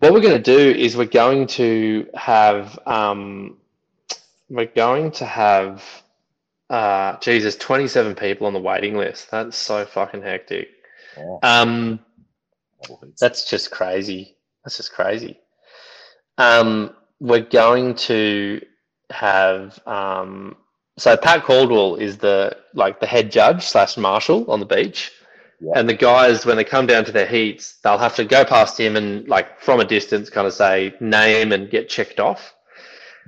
Speaker 8: What we're going to do is we're going to have um, we're going to have uh, Jesus, 27 people on the waiting list. That's so fucking hectic.
Speaker 7: Wow.
Speaker 8: Um,
Speaker 7: Double heats.
Speaker 8: that's just crazy. That's just crazy. Um, we're going to have um, so Pat Caldwell is the like the head judge slash marshal on the beach,
Speaker 7: Yeah.
Speaker 8: and the guys when they come down to their heats, they'll have to go past him and like from a distance, kind of say name and get checked off.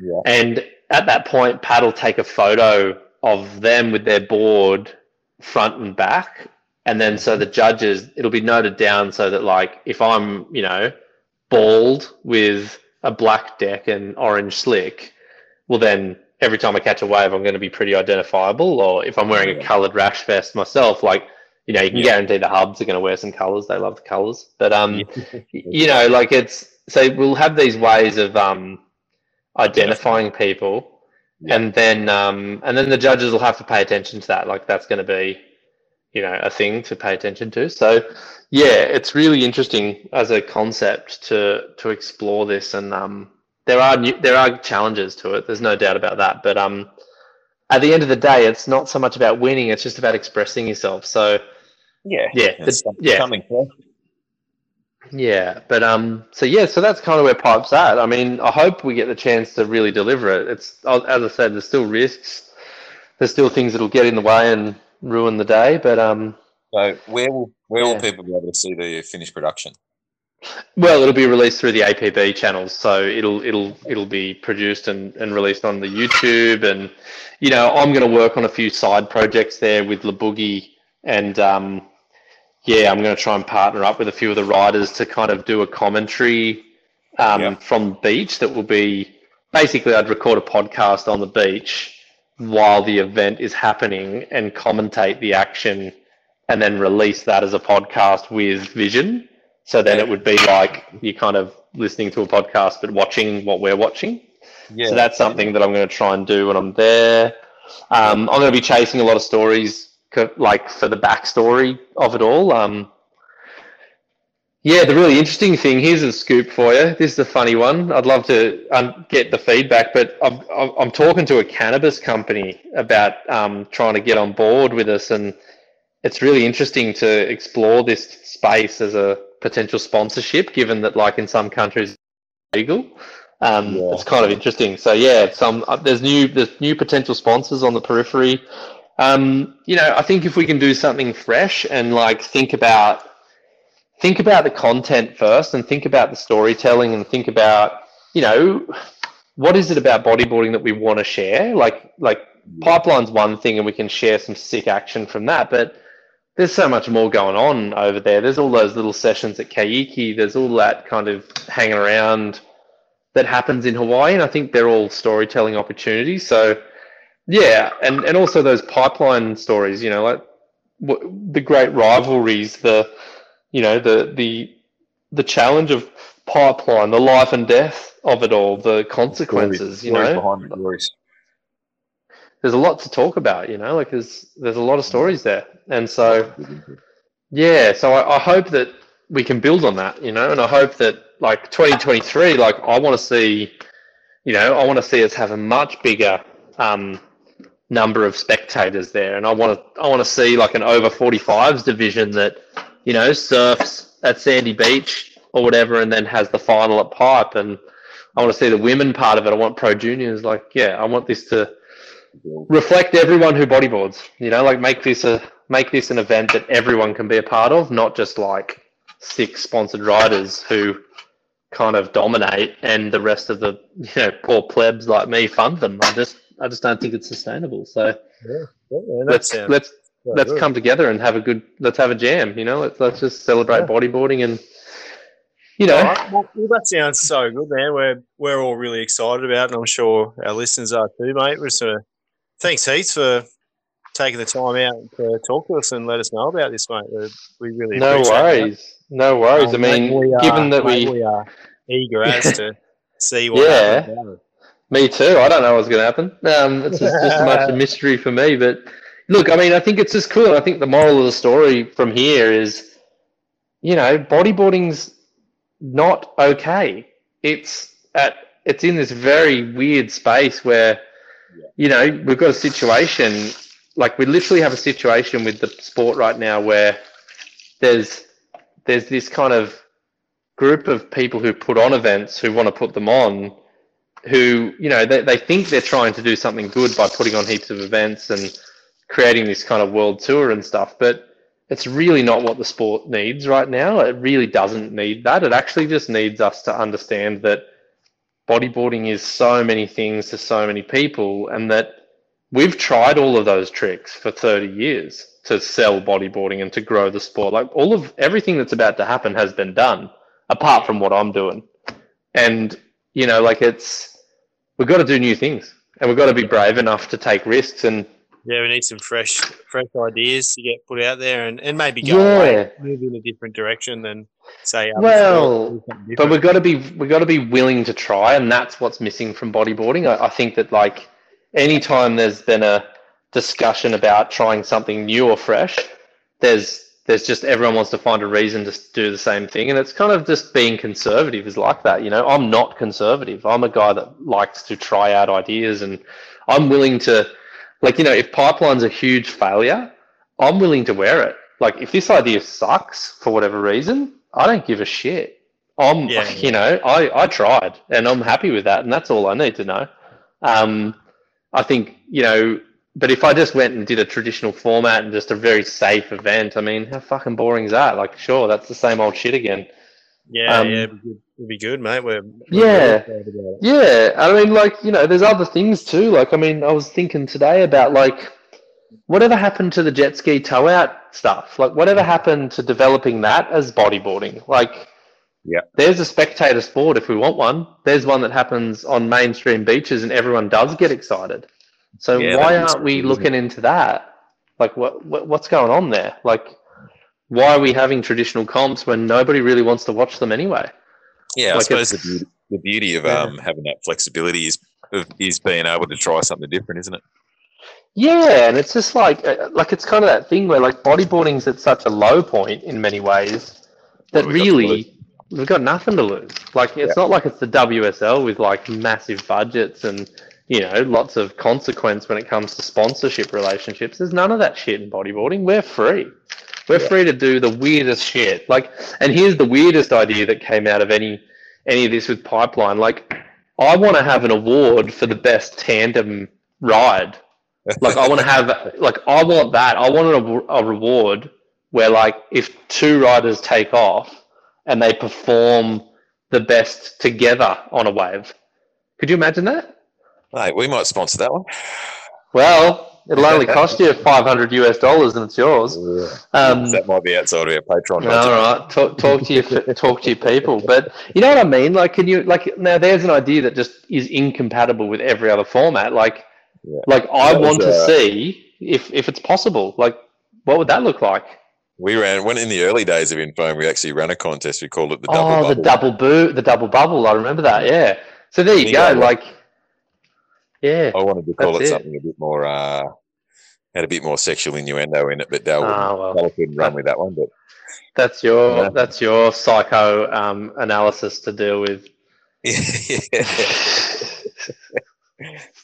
Speaker 7: Yeah.
Speaker 8: And at that point, Pat will take a photo of them with their board front and back and then so the judges, it'll be noted down so that like if I'm, you know, bald with a black deck and orange slick, well then every time I catch a wave I'm gonna be pretty identifiable. Or if I'm wearing a
Speaker 7: Yeah.
Speaker 8: coloured rash vest myself, like, you know, you can
Speaker 7: Yeah.
Speaker 8: guarantee the hubs are gonna wear some colours. They love the colours. But um you know, like it's so we'll have these ways of um identifying people
Speaker 7: Yeah.
Speaker 8: and then um and then the judges will have to pay attention to that. Like that's gonna be you know a thing to pay attention to so yeah it's really interesting as a concept to to explore this and um there are new, there are challenges to it there's no doubt about that but um at the end of the day it's not so much about winning it's just about expressing yourself so
Speaker 7: yeah.
Speaker 8: yeah the-
Speaker 7: It's
Speaker 8: yeah
Speaker 7: Something fresh.
Speaker 8: yeah, but um, so yeah, so that's kind of where Pipe's at. I mean, I hope we get the chance to really deliver it. It's uh, as I said, there's still risks, there's still things that'll get in the way and ruin the day. But um,
Speaker 7: So where will where
Speaker 8: Yeah.
Speaker 7: will people be able to see the finished production?
Speaker 8: well, it'll be released through the APB channels, so it'll it'll it'll be produced and, and released on the YouTube. And you know, I'm going to work on a few side projects there with Laboogie, and um, yeah, I'm going to try and partner up with a few of the riders to kind of do a commentary um,
Speaker 7: Yeah.
Speaker 8: from the beach that will be basically I'd record a podcast on the beach while the event is happening and commentate the action and then release that as a podcast with vision. So then it would be like you're kind of listening to a podcast but watching what we're watching.
Speaker 7: Yeah.
Speaker 8: So that's something that I'm going to try and do when I'm there. Um, I'm going to be chasing a lot of stories, co- like for the backstory of it all. Um, yeah, the really interesting thing here's a scoop for you. This is a funny one. I'd love to um, get the feedback, but I'm, I'm I'm talking to a cannabis company about um, trying to get on board with us, and it's really interesting to explore this space as a potential sponsorship, given that like in some countries it's legal. Um,
Speaker 7: Yeah.
Speaker 8: It's kind of interesting. So yeah, some uh, there's new there's new potential sponsors on the periphery. Um, you know, I think if we can do something fresh and like think about think about the content first and think about the storytelling and think about you know what is it about bodyboarding that we want to share like like pipeline's one thing and we can share some sick action from that but there's so much more going on over there there's all those little sessions at kaiki there's all that kind of hanging around that happens in hawaii and i think they're all storytelling opportunities so yeah and and also those pipeline stories you know like w- the great rivalries the you know the the the challenge of pipeline the life and death of it all the consequences you
Speaker 7: Stories
Speaker 8: know
Speaker 7: behind the glories.
Speaker 8: there's a lot to talk about, you know, like there's there's a lot of stories there. And so yeah, so I, I hope that we can build on that, you know, and I hope that like 2023, like I want to see, you know, I want to see us have a much bigger um, number of spectators there, and I want to I want to see like an over 45s division that, you know, surfs at Sandy Beach or whatever, and then has the final at Pipe, and I want to see the women part of it. I want pro juniors, like yeah, I want this to reflect everyone who bodyboards. You know, like make this a make this an event that everyone can be a part of, not just like six sponsored riders who kind of dominate and the rest of the you know poor plebs like me fund them. I just I just don't think it's sustainable. So
Speaker 9: Yeah, man, that
Speaker 8: let's
Speaker 9: sounds
Speaker 8: let's
Speaker 9: so
Speaker 8: let's
Speaker 9: good.
Speaker 8: come together and have a good let's have a jam. You know, let's let's just celebrate bodyboarding and you know
Speaker 9: All right. Well, well, that sounds so good, man. We're we're all really excited about, it, and I'm sure our listeners are too, mate. We're sort of, thanks heaps for taking the time out to talk to us and let us know about this, mate. We- We really
Speaker 8: no
Speaker 9: appreciate that.
Speaker 8: worries. No worries.
Speaker 9: Um,
Speaker 8: I mean,
Speaker 9: mate, we are-
Speaker 8: given that
Speaker 9: mate,
Speaker 8: we
Speaker 9: are eager as to see what
Speaker 8: Yeah.
Speaker 9: happens. now.
Speaker 8: Me too. I don't know what's going to happen. Um, it's just, just as much a mystery for me. But look, I mean, I think it's just cool. I think the moral of the story from here is, you know, bodyboarding's not okay. It's at it's in this very weird space where, you know, we've got a situation like we literally have a situation with the sport right now where there's there's this kind of group of people who put on events who want to put them on who you know they, they think they're trying to do something good by putting on heaps of events and creating this kind of world tour and stuff but it's really not what the sport needs right now it really doesn't need that it actually just needs us to understand that bodyboarding is so many things to so many people and that we've tried all of those tricks for 30 years to sell bodyboarding and to grow the sport like all of everything that's about to happen has been done apart from what i'm doing and you know like it's we've got to do new things and we've got to be brave enough to take risks and
Speaker 9: Yeah, we need some fresh, fresh ideas to get put out there, and, and maybe go
Speaker 8: yeah
Speaker 9: away, move in a different direction than say. um,
Speaker 8: well
Speaker 9: something
Speaker 8: but
Speaker 9: different.
Speaker 8: we've got to be we've got to be willing to try and that's what's missing from bodyboarding i, I think that like anytime there's been a discussion about trying something new or fresh there's there's just everyone wants to find a reason to s- do the same thing and it's kind of just being conservative is like that you know i'm not conservative i'm a guy that likes to try out ideas and i'm willing to like you know if pipeline's a huge failure i'm willing to wear it like if this idea sucks for whatever reason i don't give a shit I'm,
Speaker 9: Yeah.
Speaker 8: you know, I, I tried and I'm happy with that, and that's all I need to know. Um, I think, you know, but if I just went and did a traditional format and just a very safe event, I mean, how fucking boring is that? Like, sure, that's the same old shit again.
Speaker 9: yeah,
Speaker 8: um,
Speaker 9: yeah, it'd be good, it'd be good, mate. We're, we're
Speaker 8: Yeah.
Speaker 9: really excited about it.
Speaker 8: Yeah, I mean, like you know, there's other things too. Like I mean, I was thinking today about like whatever happened to the jet ski tow out stuff. Like whatever happened to developing that as bodyboarding. Like,
Speaker 7: Yeah.
Speaker 8: there's a spectator sport if we want one. There's one that happens on mainstream beaches and everyone does get excited. So
Speaker 7: Yeah,
Speaker 8: why
Speaker 7: that is
Speaker 8: aren't we
Speaker 7: cool, isn't
Speaker 8: looking into that? Like what, what what's going on there? Like why are we having traditional comps when nobody really wants to watch them anyway?
Speaker 7: Yeah,
Speaker 8: Like
Speaker 7: I suppose the
Speaker 8: it's-
Speaker 7: beauty, the beauty of
Speaker 8: Yeah.
Speaker 7: um, having that flexibility is of, is being able to try something different, isn't it?
Speaker 8: Yeah, and it's just like uh, like it's kind of that thing where like bodyboarding's at such a low point in many ways that
Speaker 7: What have we got to
Speaker 8: really we've got nothing to lose. Like it's not like it's the WSL with like massive budgets and you know lots of consequence when it comes to sponsorship relationships. There's none of that shit in bodyboarding. We're free. We're free to do the weirdest shit. Like, and here's the weirdest idea that came out of any any of this with Pipeline. Like, I want to have an award for the best tandem ride like I want to have like I want that. I want a, a reward where like if two riders take off and they perform the best together on a wave. Could you imagine that?
Speaker 7: Mate, we might sponsor that one.
Speaker 8: Well, it'll only cost you 500 US dollars and it's yours. Um,
Speaker 7: that might be outside of our Patreon.
Speaker 8: all
Speaker 7: budget.
Speaker 8: right, talk, talk to your talk to your people, but you know what I mean. Like, can you like now? There's an idea that just is incompatible with every other format. Like,
Speaker 7: Yeah.
Speaker 8: like I
Speaker 7: That was,
Speaker 8: want to
Speaker 7: uh,
Speaker 8: see if if it's possible. Like, what would that look like?
Speaker 7: We ran when in the early days of Infome, we actually ran a contest. We called it the double.
Speaker 8: oh,
Speaker 7: bubble.
Speaker 8: the double boo, the double bubble. I remember that. Yeah. So there you
Speaker 7: Me
Speaker 8: go.
Speaker 7: neither.
Speaker 8: Like, yeah.
Speaker 7: I wanted to call it,
Speaker 8: That's it.
Speaker 7: something a bit more uh, had a bit more sexual innuendo in it, but Dale,
Speaker 8: Ah,
Speaker 7: wouldn't,
Speaker 8: well.
Speaker 7: Dale couldn't run with that one. But
Speaker 8: That's your
Speaker 7: Yeah.
Speaker 8: that's your psycho um, analysis to deal with.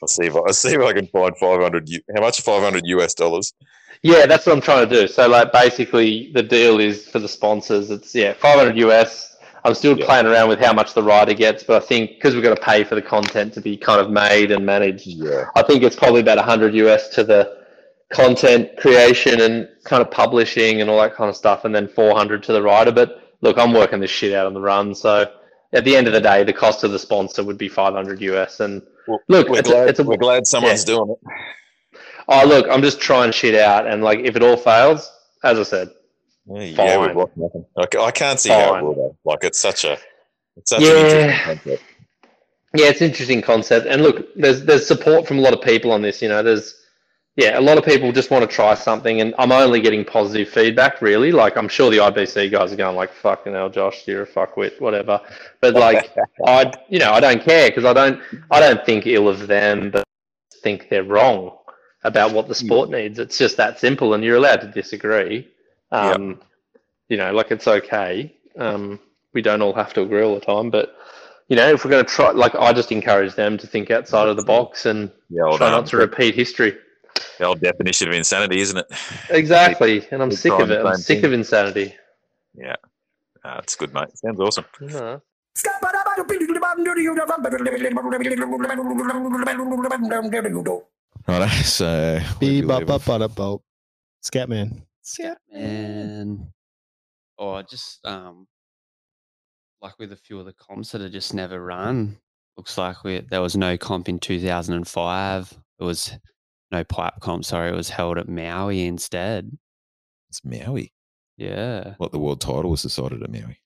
Speaker 7: I'll see if I, I'll see if I can find five hundred. How much? Five hundred US dollars.
Speaker 8: Yeah, that's what I'm trying to do. So like basically the deal is for the sponsors, it's yeah, 500 US. I'm still
Speaker 7: Yeah.
Speaker 8: playing around with how much the rider gets, but I think because we've got to pay for the content to be kind of made and managed,
Speaker 7: Yeah,
Speaker 8: I think it's probably about 100 US to the content creation and kind of publishing and all that kind of stuff, and then 400 to the rider. But look, I'm working this shit out on the run, so at the end of the day, the cost of the sponsor would be 500 US. And
Speaker 7: Well,
Speaker 8: look,
Speaker 7: we're
Speaker 8: it's
Speaker 7: glad
Speaker 8: a, it's a,
Speaker 7: we're glad someone's doing it.
Speaker 8: oh look, I'm just trying shit out, and like if it all fails, as I said,
Speaker 7: Yeah, we've
Speaker 8: Fine.
Speaker 7: lost nothing. I, ca- I can't see how it
Speaker 8: Fine.
Speaker 7: will though. Like it's such a it's such
Speaker 8: Yeah.
Speaker 7: an interesting concept.
Speaker 8: Yeah, it's an interesting concept. And look, there's there's support from a lot of people on this. You know, there's yeah, a lot of people just want to try something, and I'm only getting positive feedback. Really, like I'm sure the IBC guys are going like, "Fucking hell, Josh, you're a fuckwit," whatever. But like, I you know I don't care because I don't I don't think ill of them, but I think they're wrong about what the sport needs. It's just that simple, and you're allowed to disagree. Um, You know, like it's okay. Um, we don't all have to agree all the time, but you know, if we're going to try, like, I just encourage them to think outside of the box and
Speaker 7: The old,
Speaker 8: try
Speaker 7: um,
Speaker 8: not to repeat history.
Speaker 7: the old definition of insanity, isn't it?
Speaker 8: Exactly. And I'm sick of
Speaker 7: trying
Speaker 8: it.
Speaker 7: the
Speaker 8: I'm
Speaker 7: same
Speaker 8: sick
Speaker 7: thing.
Speaker 8: of insanity.
Speaker 7: Yeah. Uh, it's good, mate. Sounds awesome.
Speaker 8: Mhm.
Speaker 5: Right, so
Speaker 4: Be
Speaker 5: where do we
Speaker 4: ba
Speaker 5: leave
Speaker 4: ba
Speaker 5: off?
Speaker 4: ba da bo. Scatman. Mm.
Speaker 3: and or just um like with a few of the comps that are just never run. Looks like we there was no comp in 2005. It was no pipe comp. Sorry, it was held at Maui instead.
Speaker 5: it's Maui.
Speaker 3: Yeah,
Speaker 5: What the world title was decided at Maui.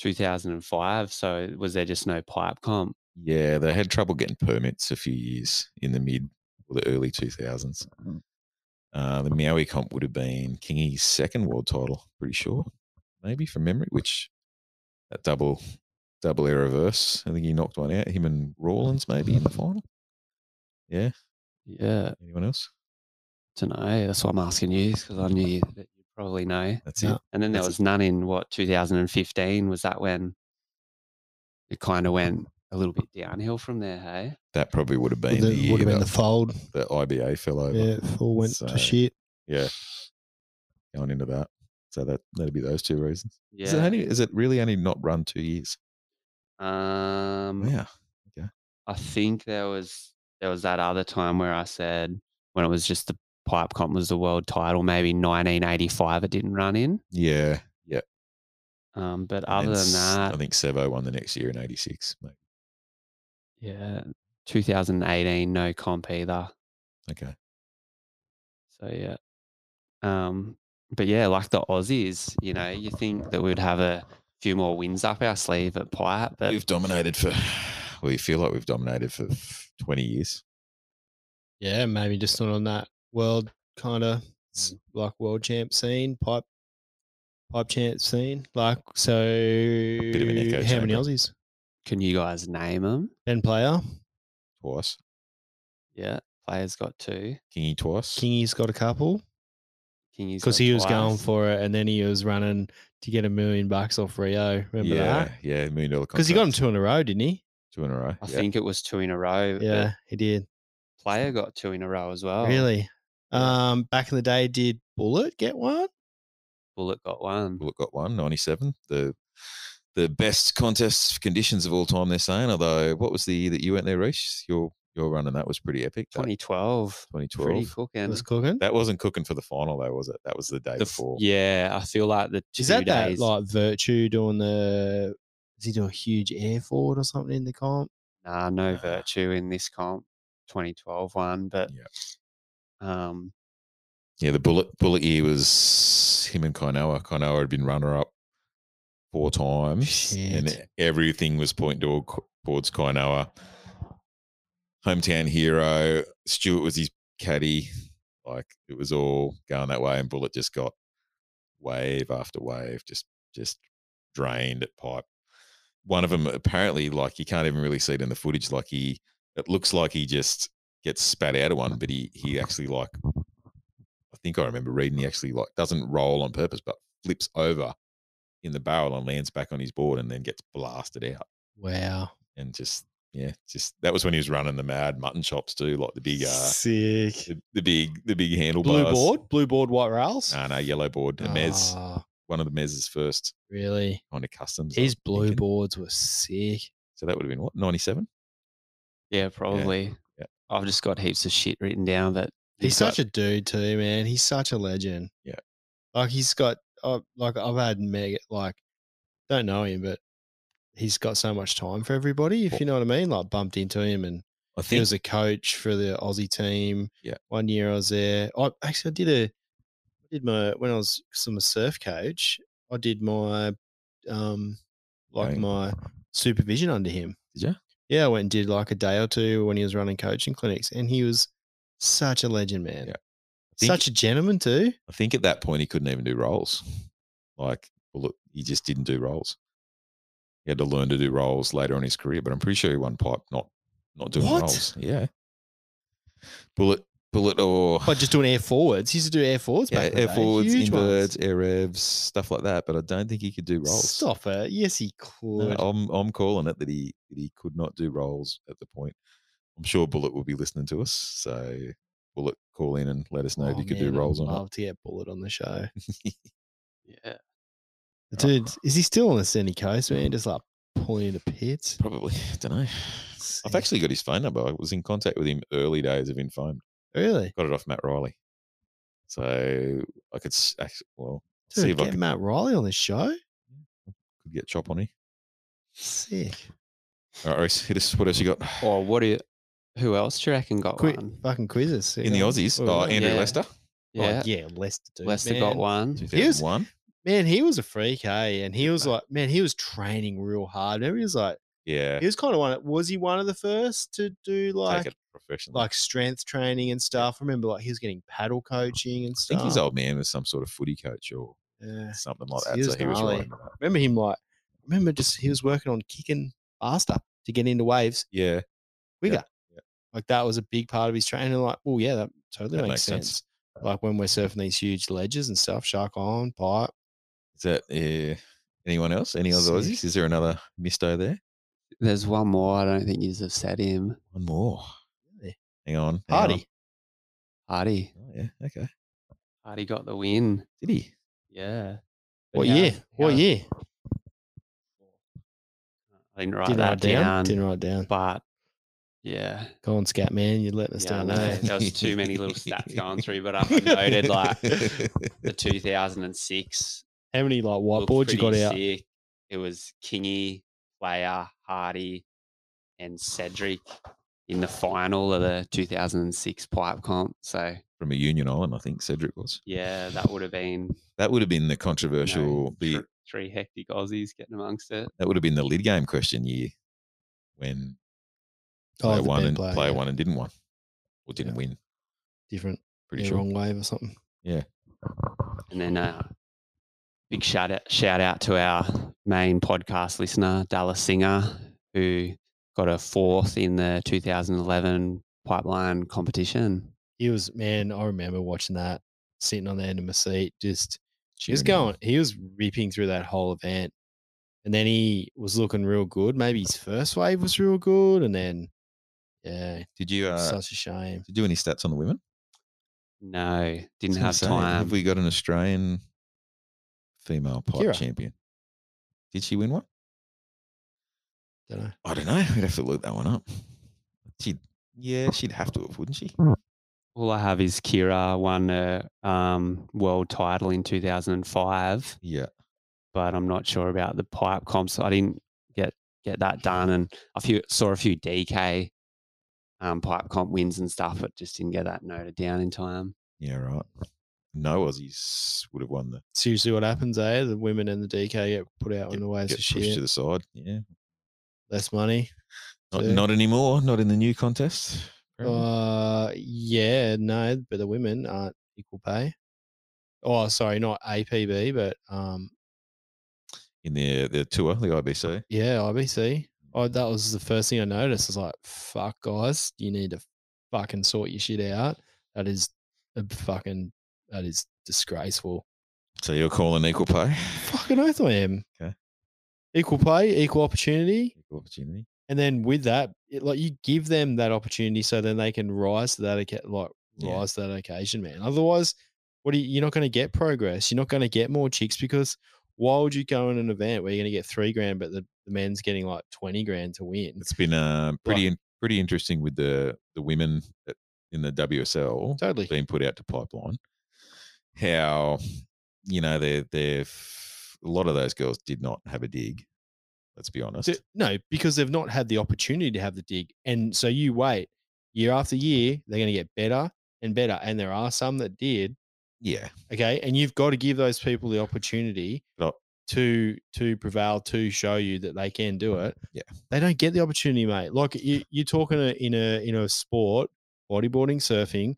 Speaker 3: 2005. So was there just no pipe comp?
Speaker 5: Yeah, they had trouble getting permits a few years in the mid or the early 2000s.
Speaker 4: Mm-hmm.
Speaker 5: Uh, the Maui comp would have been Kingy's second world title, pretty sure, maybe from memory, which that double double air reverse. I think he knocked one out, him and Rawlins maybe in the final. Yeah,
Speaker 3: Yeah,
Speaker 5: anyone else?
Speaker 3: to know. That's what I'm asking you because I knew that you probably know.
Speaker 5: That's
Speaker 4: No.
Speaker 5: it.
Speaker 3: And then there
Speaker 5: That's
Speaker 3: was none in what 2015. Was that when it kind of went a little bit downhill from there? Hey.
Speaker 5: That probably would have been
Speaker 4: Would
Speaker 5: the,
Speaker 4: have
Speaker 5: year
Speaker 4: been
Speaker 5: that
Speaker 4: the fold.
Speaker 5: the IBA fell over.
Speaker 4: Yeah, it all went
Speaker 5: So-
Speaker 4: to shit.
Speaker 5: yeah, going into that. So that that'd be those two reasons.
Speaker 3: Yeah.
Speaker 5: Is it only is it really only not run two years?
Speaker 3: Um,
Speaker 5: Yeah,
Speaker 3: I think there was there was that other time where I said when it was just the pipe comp was the world title, maybe 1985 it didn't run in.
Speaker 5: yeah.
Speaker 3: Um, but
Speaker 5: And
Speaker 3: other
Speaker 5: then
Speaker 3: than
Speaker 5: S-
Speaker 3: that,
Speaker 5: I think Sevo won the next year in '86. Mate.
Speaker 3: yeah, 2018 no comp either.
Speaker 5: Okay,
Speaker 3: So yeah. Um, but yeah, like the Aussies, you know, you think that we'd have a few more wins up our sleeve at pipe, but
Speaker 5: we've dominated for. We feel like we've dominated for 20 years.
Speaker 4: Yeah, maybe just not on that world kind of
Speaker 5: Mm.
Speaker 4: like world champ scene, pipe pipe champ scene. Like so,
Speaker 5: of an echo
Speaker 4: how many
Speaker 5: chamber.
Speaker 4: Aussies?
Speaker 3: can you guys name them?
Speaker 4: Ben Player,
Speaker 5: Twice,
Speaker 3: Yeah, players got two.
Speaker 5: Kingy twice.
Speaker 4: Kingy's got a couple
Speaker 3: Kingy's
Speaker 4: because
Speaker 3: got
Speaker 4: he was going
Speaker 3: twice.
Speaker 4: for it, and then he was running to get a million bucks off Rio. Remember
Speaker 5: yeah,
Speaker 4: that?
Speaker 5: yeah, million dollar.
Speaker 4: Because he got him
Speaker 5: contract,
Speaker 4: two in a row, didn't he?
Speaker 5: two in a row.
Speaker 3: I
Speaker 5: yeah.
Speaker 3: think it was two in a
Speaker 5: Uh,
Speaker 3: row. but
Speaker 4: Yeah, he did.
Speaker 3: Player got two in a row as
Speaker 5: Oh,
Speaker 3: well.
Speaker 4: Really? Um, back in the day, did Bullet get one?
Speaker 3: Bullet got one.
Speaker 5: Bullock got one, 97. The the best contest conditions of all time, they're saying. Although, what was the year that you went there, Reese? Your your run and that was pretty epic. that
Speaker 3: 2012. Pretty
Speaker 5: 2012.
Speaker 3: cooking.
Speaker 4: Was cooking?
Speaker 5: That wasn't cooking for the final, though, was it? That was the day
Speaker 3: The f-
Speaker 5: before.
Speaker 3: yeah, I feel like the two
Speaker 4: Is that
Speaker 3: days.
Speaker 4: that like Virtue doing the? Is he doing a huge air forward or something in the comp?
Speaker 3: nah, no
Speaker 5: Nah.
Speaker 3: virtue in this comp. 2012 one, but
Speaker 5: Yep.
Speaker 3: um,
Speaker 5: Yeah, the bullet bullet year was him and Kainoa. Kainoa had been runner up four times, and
Speaker 4: Shit.
Speaker 5: everything was point to- towards Kainoa. Hometown hero. Stewart was his caddy. Like it was all going that way, and Bullet just got wave after wave, just just drained at pipe. One of them apparently, like you can't even really see it in the footage. Like he, it looks like he just gets spat out of one, but he he actually like I think I remember reading he actually like doesn't roll on purpose, but flips over in the barrel and lands back on his board and then gets blasted out.
Speaker 4: Wow.
Speaker 5: And just yeah, just that was when he was running the mad mutton chops too, like the big uh
Speaker 4: Sick.
Speaker 5: the, the big the big handlebars.
Speaker 4: Blue board, blue board, white rails.
Speaker 5: No, no, yellow board. The Mez,
Speaker 4: Ah,
Speaker 5: one of the Mez's first
Speaker 4: really?
Speaker 5: kind of customs. I
Speaker 4: His
Speaker 5: was
Speaker 4: blue
Speaker 5: thinking.
Speaker 4: boards were sick.
Speaker 5: So that would have been what, ninety seven?
Speaker 3: yeah, probably.
Speaker 5: yeah.
Speaker 3: I've just got heaps of shit written down that
Speaker 4: He's such a dude too, man. He's such a legend.
Speaker 5: Yeah.
Speaker 4: Like he's got, uh, like I've had mega, like don't know him, but he's got so much time for everybody. If you know what I mean, like bumped into him and
Speaker 5: I
Speaker 4: he
Speaker 5: think
Speaker 4: was a coach for the Aussie team.
Speaker 5: Yeah.
Speaker 4: One year I was there. I actually I did a I did my when I was 'cause I'm a surf coach, I did my um like
Speaker 5: Right.
Speaker 4: my supervision under him.
Speaker 5: Did ya?
Speaker 4: Yeah, I went and did like a day or two when he was running coaching clinics and he was such a legend, man.
Speaker 5: Yeah. think-
Speaker 4: Such a gentleman too.
Speaker 5: I think at that point he couldn't even do rolls. Like, well, look, he just didn't do rolls. He had to learn to do rolls later on in his career, but I'm pretty sure he won pipe not not doing
Speaker 4: What?
Speaker 5: rolls. Yeah. Bullet, bullet, or
Speaker 4: But just doing air forwards. He used to do air forwards
Speaker 5: yeah,
Speaker 4: back in the
Speaker 5: air
Speaker 4: day,
Speaker 5: forwards,
Speaker 4: huge ones.
Speaker 5: inverts, air revs, stuff like that. But I don't think he could do rolls.
Speaker 4: Stop it. Yes, he
Speaker 5: No,
Speaker 4: could.
Speaker 5: I'm I'm calling it that he that he could not do rolls at the point. I'm sure Bullet will be listening to us, so Bullet call in and let us know if
Speaker 4: Oh,
Speaker 5: you could
Speaker 4: man,
Speaker 5: do rolls
Speaker 4: I'd
Speaker 5: or
Speaker 4: love
Speaker 5: not.
Speaker 4: to get bullet on the show.
Speaker 3: yeah.
Speaker 4: The
Speaker 5: Oh.
Speaker 4: dude, is he still on the Sunny Coast, man? Just like pulling into pits.
Speaker 5: Probably. I don't know. I've actually got his phone number. I was in contact with him early days of Infomed.
Speaker 4: really
Speaker 5: Got it off Matt Riley. So I could, s- act- well,
Speaker 4: dude,
Speaker 5: see if I
Speaker 4: get
Speaker 5: can-
Speaker 4: Matt Riley on the show.
Speaker 5: could get chop on him.
Speaker 4: Sick.
Speaker 5: All right, Reese, hit us. What else you got?
Speaker 3: Or what do you, who else do you reckon got
Speaker 4: Quick
Speaker 3: one?
Speaker 4: fucking quizzes
Speaker 5: In the Aussies,
Speaker 4: Oh,
Speaker 5: oh, Andrew
Speaker 3: yeah.
Speaker 5: Lester,
Speaker 4: Yeah,
Speaker 3: Yeah.
Speaker 4: oh, yeah, Lester. Dude,
Speaker 3: Lester
Speaker 4: man.
Speaker 3: got one.
Speaker 4: He was-
Speaker 5: 2001.
Speaker 4: Man, he was a freak, hey, and he was like, man, he was training real hard. Remember, he was like,
Speaker 5: Yeah.
Speaker 4: he was kind of one. Of, was he one of the first to do like
Speaker 5: take it professionally.
Speaker 4: like strength training and stuff? Remember, like he was getting paddle coaching and
Speaker 5: I
Speaker 4: stuff.
Speaker 5: think his old man was some sort of footy coach or
Speaker 4: Yeah.
Speaker 5: something like
Speaker 4: He
Speaker 5: that.
Speaker 4: was
Speaker 5: so he was
Speaker 4: gnarly.
Speaker 5: right. about that.
Speaker 4: Remember him like, remember just he was working on kicking faster to get into waves.
Speaker 5: Yeah.
Speaker 4: Like that was a big part of his training. Like, oh yeah, that totally
Speaker 5: That
Speaker 4: makes,
Speaker 5: makes
Speaker 4: sense.
Speaker 5: sense.
Speaker 4: Like when we're surfing these huge ledges and stuff, Shark Island, Pipe.
Speaker 5: Is that uh, anyone else? Any other
Speaker 4: Sick.
Speaker 5: Aussies? Is there another misto there?
Speaker 3: There's one more. I don't think you've said him.
Speaker 5: One more.
Speaker 4: Really?
Speaker 5: Hang on. hang on.
Speaker 4: Hardy.
Speaker 3: Hardy.
Speaker 5: Oh, yeah. Okay.
Speaker 3: Hardy got the win.
Speaker 5: Did he?
Speaker 3: Yeah. But
Speaker 4: What
Speaker 3: how-
Speaker 4: year? What
Speaker 3: how-
Speaker 4: year?
Speaker 3: I didn't write
Speaker 4: Didn't
Speaker 3: that
Speaker 4: write down.
Speaker 3: down.
Speaker 4: Didn't write down.
Speaker 3: but yeah.
Speaker 4: Go on, Scat Man. You're letting us
Speaker 3: Yeah, I
Speaker 4: down.
Speaker 3: know.
Speaker 4: eh?
Speaker 3: There was too many little stats going through, but I noted like the 2006
Speaker 4: How many like
Speaker 3: looked
Speaker 4: whiteboards you got
Speaker 3: pretty
Speaker 4: out?
Speaker 3: sick. It was Kingy, Player, Hardy, and Cedric in the final of the 2006 pipe comp. So
Speaker 5: From a Union Island, I think Cedric was.
Speaker 3: yeah, that would have been
Speaker 5: That would have been the
Speaker 3: you
Speaker 5: controversial.
Speaker 3: know,
Speaker 5: the
Speaker 3: thr- three hectic Aussies getting amongst it.
Speaker 5: that would have been the lead game question year when
Speaker 4: Oh,
Speaker 5: player
Speaker 4: the
Speaker 5: won
Speaker 4: band
Speaker 5: and
Speaker 4: player,
Speaker 5: player
Speaker 4: yeah.
Speaker 5: one and didn't won or didn't
Speaker 4: Yeah.
Speaker 5: win.
Speaker 4: Different.
Speaker 5: Pretty
Speaker 4: yeah,
Speaker 5: sure.
Speaker 4: Wrong wave or something.
Speaker 3: And then uh, big shout out, shout out to our main podcast listener, Dallas Singer, who got a fourth in the 2011 pipeline competition.
Speaker 4: He was man. I remember watching that, sitting on the end of my seat, just just
Speaker 5: Cheering on.
Speaker 4: going. He was ripping through that whole event, and then he was looking real good. Maybe his first wave was real good, and then yeah,
Speaker 5: Did you uh,
Speaker 4: such a shame.
Speaker 5: did you do any stats on the women?
Speaker 3: No, didn't
Speaker 5: I
Speaker 3: have
Speaker 5: was gonna say,
Speaker 3: time.
Speaker 5: Have we got an Australian female pipe
Speaker 4: Kira.
Speaker 5: champion? Did she win one?
Speaker 4: Don't know.
Speaker 5: I don't know. We'd have to look that one up. She, yeah, she'd have to have, wouldn't she?
Speaker 3: All I have is Kira won a um, world title in 2005,
Speaker 5: Yeah,
Speaker 3: but I'm not sure about the pipe comp, so I didn't get get that done. And I few, saw a few DK um, pipe comp wins and stuff, but just didn't get that noted down in time.
Speaker 5: yeah, right. No Aussies would have won the
Speaker 4: Seriously, what happens? Eh, the women and the DK get put out in the waves of
Speaker 5: get pushed to
Speaker 4: shit.
Speaker 5: the side. Yeah,
Speaker 4: Less money.
Speaker 5: not,
Speaker 4: Yeah.
Speaker 5: not anymore. Not in the new contest. apparently.
Speaker 4: Uh, yeah, no, but the women aren't equal pay. Oh, sorry, not APB, but um,
Speaker 5: in the the tour, the IBC.
Speaker 4: yeah, IBC. Oh, that was the first thing I noticed. I was like, fuck, guys, you need to fucking sort your shit out. That is a fucking, that is disgraceful.
Speaker 5: So you're calling equal pay,
Speaker 4: Fucking oath I am.
Speaker 5: Okay.
Speaker 4: Equal pay, equal opportunity.
Speaker 5: equal opportunity.
Speaker 4: And then with that, it, like you give them that opportunity so then they can rise to that oca- like
Speaker 5: Yeah.
Speaker 4: rise to that occasion, man. Otherwise, what are you, you're not going to get progress. You're not going to get more chicks because why would you go in an event where you're going to get three grand, but the, the men's getting like twenty grand to win?
Speaker 5: It's been uh, pretty in, pretty interesting with the the women at- in the WSL
Speaker 4: Totally.
Speaker 5: being put out to pipeline. How you know they they a lot of those girls did not have a dig. Let's be honest.
Speaker 4: So- no, because they've not had the opportunity to have the dig, and so you wait year after year. They're going to get better and better, and there are some that did,
Speaker 5: yeah,
Speaker 4: okay and you've got to give those people the opportunity
Speaker 5: But I-
Speaker 4: to to prevail to show you that they can do it
Speaker 5: Mm-hmm, Yeah.
Speaker 4: they don't get the opportunity mate like you, you're talking a- in a in a sport bodyboarding surfing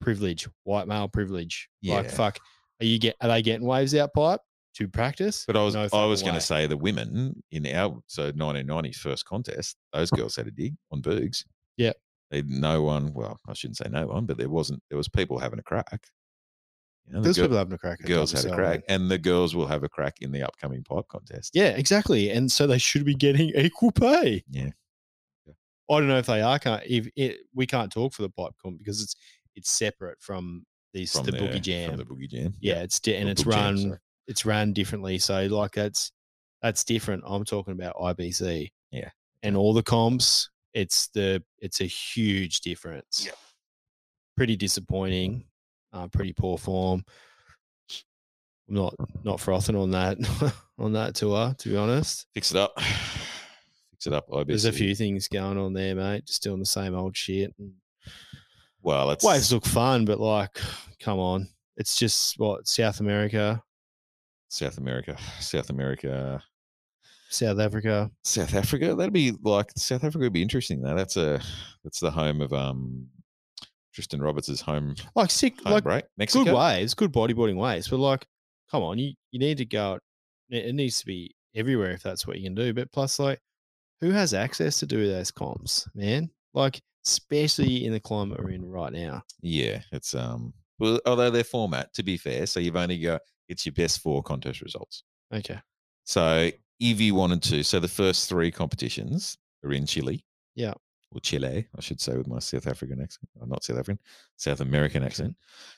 Speaker 4: privilege white male privilege like
Speaker 5: Yeah.
Speaker 4: fuck are you get are they getting waves out pipe to practice
Speaker 5: but I was
Speaker 4: No
Speaker 5: I was
Speaker 4: fucking
Speaker 5: going
Speaker 4: way.
Speaker 5: to say the women in our so 1990s first contest, those girls had a dig on Boogs.
Speaker 4: Yeah.
Speaker 5: they no one. Well, I shouldn't say no one, but there wasn't. There was people having a crack. You know, the
Speaker 4: those
Speaker 5: girl-
Speaker 4: people having a crack
Speaker 5: the
Speaker 4: at
Speaker 5: girls had a
Speaker 4: WSL,
Speaker 5: crack,
Speaker 4: mate.
Speaker 5: and the girls will have a crack in the upcoming pipe contest.
Speaker 4: yeah exactly and so they should be getting equal pay
Speaker 5: Yeah.
Speaker 4: I don't know if they are can't if it, we can't talk for the pipe comp because it's it's separate from these the boogie
Speaker 5: their-
Speaker 4: jam.
Speaker 5: From the boogie jam.
Speaker 4: yeah, it's di- and
Speaker 5: Or
Speaker 4: it's
Speaker 5: book jam,
Speaker 4: run
Speaker 5: sorry.
Speaker 4: it's ran differently. So like that's that's different. I'm talking about IBC.
Speaker 5: Yeah.
Speaker 4: And all the comps, it's the it's a huge difference.
Speaker 7: Yep.
Speaker 4: Pretty disappointing. Uh, pretty poor form. I'm not not frothing on that on that tour, to be honest.
Speaker 5: Fix it up. Fix it up, IBC.
Speaker 4: There's a few things going on there, mate. Just doing the same old shit. And
Speaker 5: Well, that's
Speaker 4: waves look fun, but like, come on. It's just what South America,
Speaker 5: South America. South America.
Speaker 4: South Africa.
Speaker 5: South Africa. That'd be like South Africa would be interesting. Though that's a that's the home of um Tristan Roberts' home
Speaker 4: Like sick,
Speaker 5: home
Speaker 4: like
Speaker 5: break. Mexico.
Speaker 4: good waves, good bodyboarding waves. But like, come on, you you need to go. out- It it needs to be everywhere if that's what you can do. But plus, like, who has access to do those comps, man? Like, especially in the climate we're in right now.
Speaker 5: Yeah, it's um. Well, although their format, to be fair, so you've only got it's your best four contest results.
Speaker 4: Okay.
Speaker 5: So E if you wanted to, so the first three competitions are in Chile.
Speaker 4: Yeah.
Speaker 5: Or Chile, I should say, with my South African accent. i not South African, South American accent.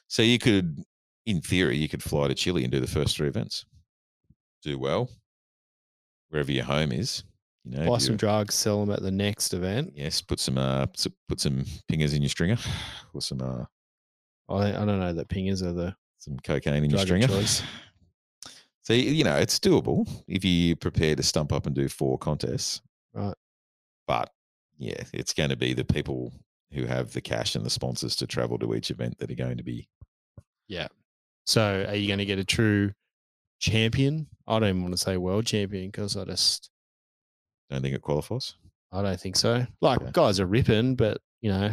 Speaker 5: So you could, in theory, you could fly to Chile and do the first three events. Do well wherever your home is. You know, if
Speaker 4: Buy
Speaker 5: you're-
Speaker 4: some drugs, sell them at the next event.
Speaker 5: yes, put some uh, s- put some fingers in your stringer, or some uh,
Speaker 4: I I don't know that pingers are the
Speaker 5: some cocaine in your
Speaker 4: Drug of
Speaker 5: stringer.
Speaker 4: choice.
Speaker 5: So y- you know it's doable if you prepare to stump up and do four contests.
Speaker 4: Right.
Speaker 5: But yeah, it's going to be the people who have the cash and the sponsors to travel to each event that are going to be.
Speaker 4: So, are you going to get a true champion? I don't even want to say world champion because I just
Speaker 5: Don't think it qualifies.
Speaker 4: I don't think so. Like,
Speaker 5: Okay.
Speaker 4: guys are ripping, but you know,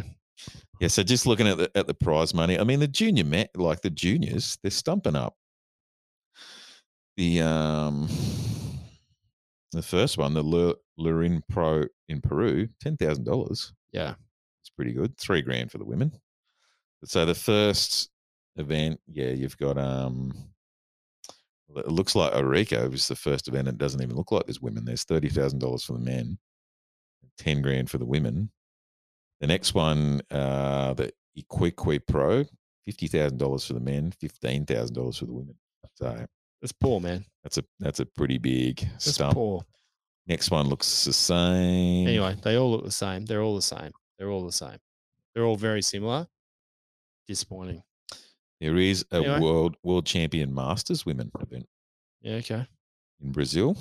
Speaker 5: Yeah. So just looking at the at the prize money, I mean the junior met like the juniors, they're stumping up. The um, the first one, the Lur- Lurin Pro in Peru, ten thousand dollars.
Speaker 4: yeah,
Speaker 5: It's pretty good. Three grand for the women. So the first event, yeah, you've got um well, it looks like Eureka was the first event. It doesn't even look like there's women. There's thirty thousand dollars for the men, ten grand for the women. The next one, uh the Iquique Pro, fifty thousand dollars for the men, fifteen thousand dollars for the women. So
Speaker 4: it's poor, man.
Speaker 5: that's a that's a pretty big
Speaker 4: It's
Speaker 5: stump.
Speaker 4: poor.
Speaker 5: Next one looks the same.
Speaker 4: Anyway, they all look the same. They're all the same. They're all the same. They're all very similar. Disappointing.
Speaker 5: there is a
Speaker 4: Anyway.
Speaker 5: world world champion masters women event.
Speaker 4: Yeah, okay.
Speaker 5: in Brazil.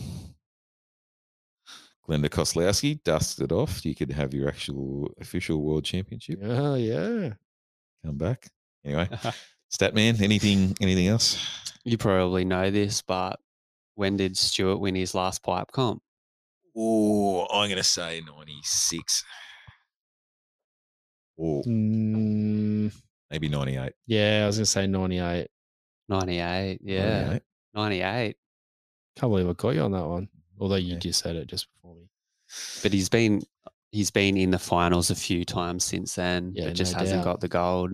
Speaker 5: Glenda Koslowski dusted off. You could have your actual official world championship
Speaker 4: Oh yeah.
Speaker 5: come back. Anyway, Statman, anything anything else?
Speaker 3: You probably know this, but when did Stewart win his last pipe comp?
Speaker 5: Oh, I'm going to say 96 or
Speaker 4: Mm,
Speaker 5: maybe 98.
Speaker 4: yeah, I was gonna say ninety-eight.
Speaker 3: 98. Yeah.
Speaker 5: 98.
Speaker 3: 98.
Speaker 4: Can't believe I got you on that one. Although you
Speaker 5: Yeah.
Speaker 4: just said it just before me.
Speaker 3: But he's been he's been in the finals a few times since then,
Speaker 4: Yeah,
Speaker 3: but just
Speaker 4: no
Speaker 3: hasn't
Speaker 4: doubt.
Speaker 3: got the gold.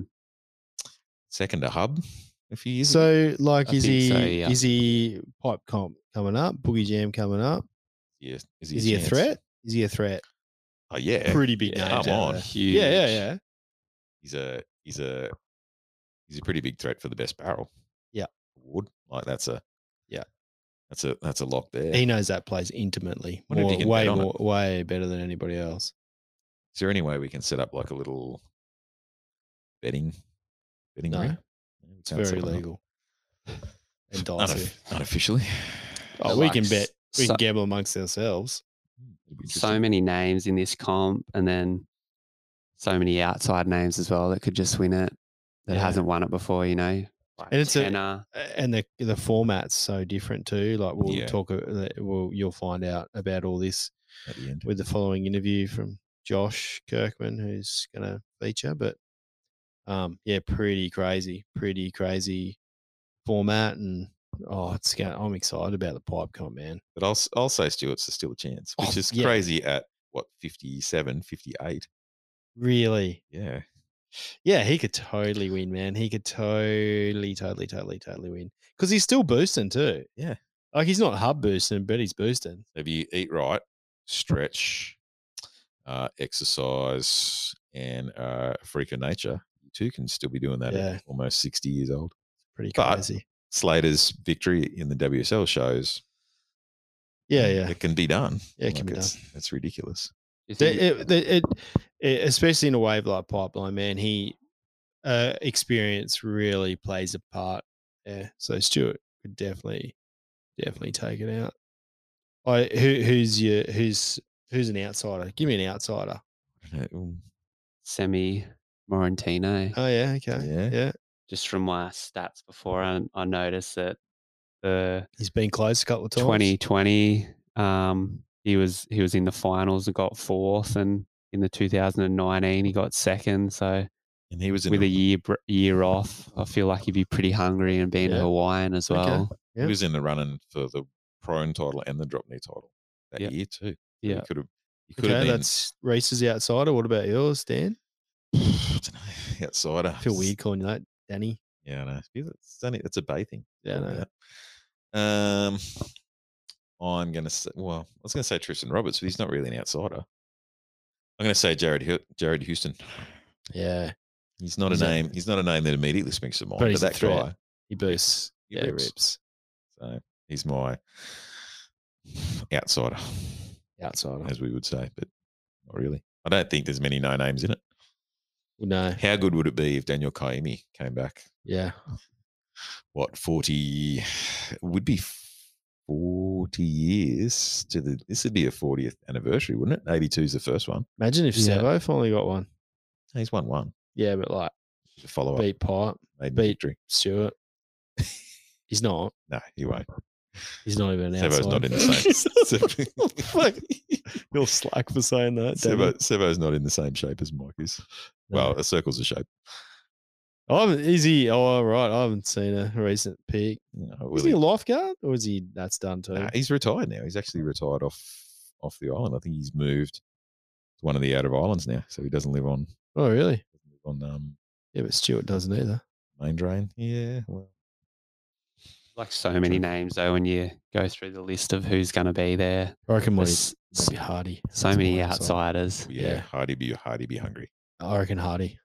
Speaker 5: Second to Hub a few years ago.
Speaker 4: So, like,
Speaker 3: I
Speaker 4: is
Speaker 3: think
Speaker 4: he
Speaker 3: so, yeah.
Speaker 4: is he pipe comp coming up? Boogie jam coming up?
Speaker 5: Yeah.
Speaker 4: Is he a
Speaker 5: chance?
Speaker 4: threat? Is he a threat?
Speaker 5: Oh, yeah.
Speaker 4: Pretty big
Speaker 5: yeah,
Speaker 4: names
Speaker 5: come
Speaker 4: out
Speaker 5: on.
Speaker 4: there.
Speaker 3: Huge.
Speaker 4: Yeah, yeah, yeah.
Speaker 5: He's a, he's a, he's a pretty big threat for the best barrel.
Speaker 4: Yeah.
Speaker 5: Award. Like that's a,
Speaker 4: Yeah.
Speaker 5: That's a, that's a lock there.
Speaker 4: He knows that plays intimately,
Speaker 5: Wonder if
Speaker 4: more,
Speaker 5: you can
Speaker 4: way
Speaker 5: bet on it.
Speaker 4: more, way better than anybody else.
Speaker 5: Is there any way we can set up like a little betting betting
Speaker 4: No,
Speaker 5: ring?
Speaker 4: It's very legal and dicey.
Speaker 5: unofficially.
Speaker 4: Oh,
Speaker 3: But
Speaker 4: we
Speaker 3: like
Speaker 4: can
Speaker 3: s-
Speaker 4: bet, we
Speaker 3: so-
Speaker 4: can gamble amongst ourselves.
Speaker 3: so many names in this comp and then so many outside names as well that could just win it that
Speaker 4: Yeah.
Speaker 3: hasn't won it before, you know. Like
Speaker 4: And it's a-
Speaker 3: Tanner.
Speaker 4: A- And the the format's so different too. Like we'll
Speaker 5: Yeah.
Speaker 4: talk, uh, we'll you'll find out about all this
Speaker 5: at the end.
Speaker 4: with the following interview from Josh Kirkman, who's going to feature. But um, yeah, pretty crazy, pretty crazy format, and oh, it's going. I'm excited about the pipe comp, man.
Speaker 5: But I'll s- I'll say Stewart's is still a chance,
Speaker 4: Oh,
Speaker 5: which is
Speaker 4: yeah.
Speaker 5: crazy at what 57, 58.
Speaker 4: Really,
Speaker 5: Yeah.
Speaker 4: yeah, he could totally win, man. He could totally, totally, totally, totally win because he's still boosting too.
Speaker 5: Yeah.
Speaker 4: like he's not hub boosting, but he's boosting.
Speaker 5: If you eat right, stretch, uh, exercise, and uh, freak of nature, you too can still be doing that
Speaker 4: Yeah.
Speaker 5: at almost sixty years old.
Speaker 4: Pretty
Speaker 5: But-
Speaker 4: crazy.
Speaker 5: Slater's victory in the WSL shows
Speaker 4: Yeah, yeah.
Speaker 5: it can be done.
Speaker 4: Yeah, it can be
Speaker 5: it's, It's ridiculous.
Speaker 3: You think-
Speaker 4: The- it, the- it, it- especially in a wave like Pipeline, man, he uh, experience really plays a part. Yeah, so Stuart could definitely, definitely take it out. I who who's your who's who's an outsider? Give me an outsider.
Speaker 5: Yeah, Uh, ooh,
Speaker 3: semi Morantino.
Speaker 4: Oh yeah, okay,
Speaker 5: Yeah.
Speaker 4: yeah,
Speaker 3: Just from my stats before, I, I noticed that the
Speaker 4: He's been close a couple of times.
Speaker 3: 2020, um, he was he was in the finals and got fourth, and in the 2019 he got second. So
Speaker 5: And he was in
Speaker 3: with a
Speaker 5: the,
Speaker 3: year br- year off, I feel like he'd be pretty hungry and being a
Speaker 4: Yeah.
Speaker 3: Hawaiian as
Speaker 4: Okay.
Speaker 3: well.
Speaker 5: he
Speaker 4: yeah.
Speaker 5: was in the running for the prone title and the drop knee title that
Speaker 3: Yeah.
Speaker 5: year too.
Speaker 3: Yeah,
Speaker 5: He could have he could have
Speaker 4: Okay,
Speaker 5: been
Speaker 4: that's Reese's outsider. What about yours, Dan?
Speaker 5: I don't know, outsider.
Speaker 4: I feel weird calling you that, Danny.
Speaker 5: Yeah, I know. It's only it's a bay thing.
Speaker 4: Yeah, I know.
Speaker 5: Um, I'm gonna say. Well, I was gonna say Tristan Roberts, but he's not really an outsider. I'm gonna say Jared Hu- Jared Houston.
Speaker 4: Yeah,
Speaker 5: He's not
Speaker 4: He's
Speaker 5: a
Speaker 4: a-
Speaker 5: name. He's not a name that immediately speaks to mind.
Speaker 4: But
Speaker 5: But,
Speaker 4: he's a
Speaker 5: that
Speaker 4: threat.
Speaker 5: guy,
Speaker 4: he boosts.
Speaker 5: He
Speaker 4: yeah, he
Speaker 5: rips.
Speaker 4: rips.
Speaker 5: so he's my outsider,
Speaker 4: Outsider.
Speaker 5: as we would say. But not really. I don't think there's many no names in it.
Speaker 4: No,
Speaker 5: How good would it be if Daniel Kaimi came back?
Speaker 4: yeah.
Speaker 5: What forty? It would be forty years to the. This would be a fortieth anniversary, wouldn't it? Eighty two is the first one.
Speaker 4: Imagine if
Speaker 3: Yeah.
Speaker 4: Savo finally got one.
Speaker 5: He's won one.
Speaker 4: Yeah, but like
Speaker 5: The follow up
Speaker 4: beat Pipe,
Speaker 5: maiden
Speaker 4: beat-
Speaker 5: victory.
Speaker 4: Stewart. He's not.
Speaker 5: No, he won't.
Speaker 4: He's not even an
Speaker 5: Savo's
Speaker 4: outsider.
Speaker 5: not in the same.
Speaker 4: Fuck. You'll slack for saying that. Danny.
Speaker 5: Sebo, Sebo's not in the same shape as Mike is.
Speaker 4: No.
Speaker 5: Well, a circle's a shape.
Speaker 4: I haven't, is he? Oh, right. I haven't seen a recent pick.
Speaker 5: You know,
Speaker 4: Is
Speaker 5: will
Speaker 4: he
Speaker 5: he-
Speaker 4: a lifeguard or is he? That's done too.
Speaker 5: Nah, he's retired now. He's actually retired off off the island. I think he's moved to one of the outer islands now, so he doesn't live on
Speaker 4: oh, really?
Speaker 5: on um,
Speaker 4: Yeah, but Stewart doesn't either.
Speaker 5: main drain. Yeah, well,
Speaker 3: like so many names though. When you go through the list of who's going to be there,
Speaker 4: I reckon Monty,
Speaker 3: there's s-
Speaker 4: maybe Hardy.
Speaker 3: so
Speaker 4: That's
Speaker 3: many
Speaker 4: my outside.
Speaker 3: outsiders.
Speaker 5: yeah.
Speaker 4: Yeah.
Speaker 5: Hardy be Hardy be hungry.
Speaker 4: I reckon Hardy.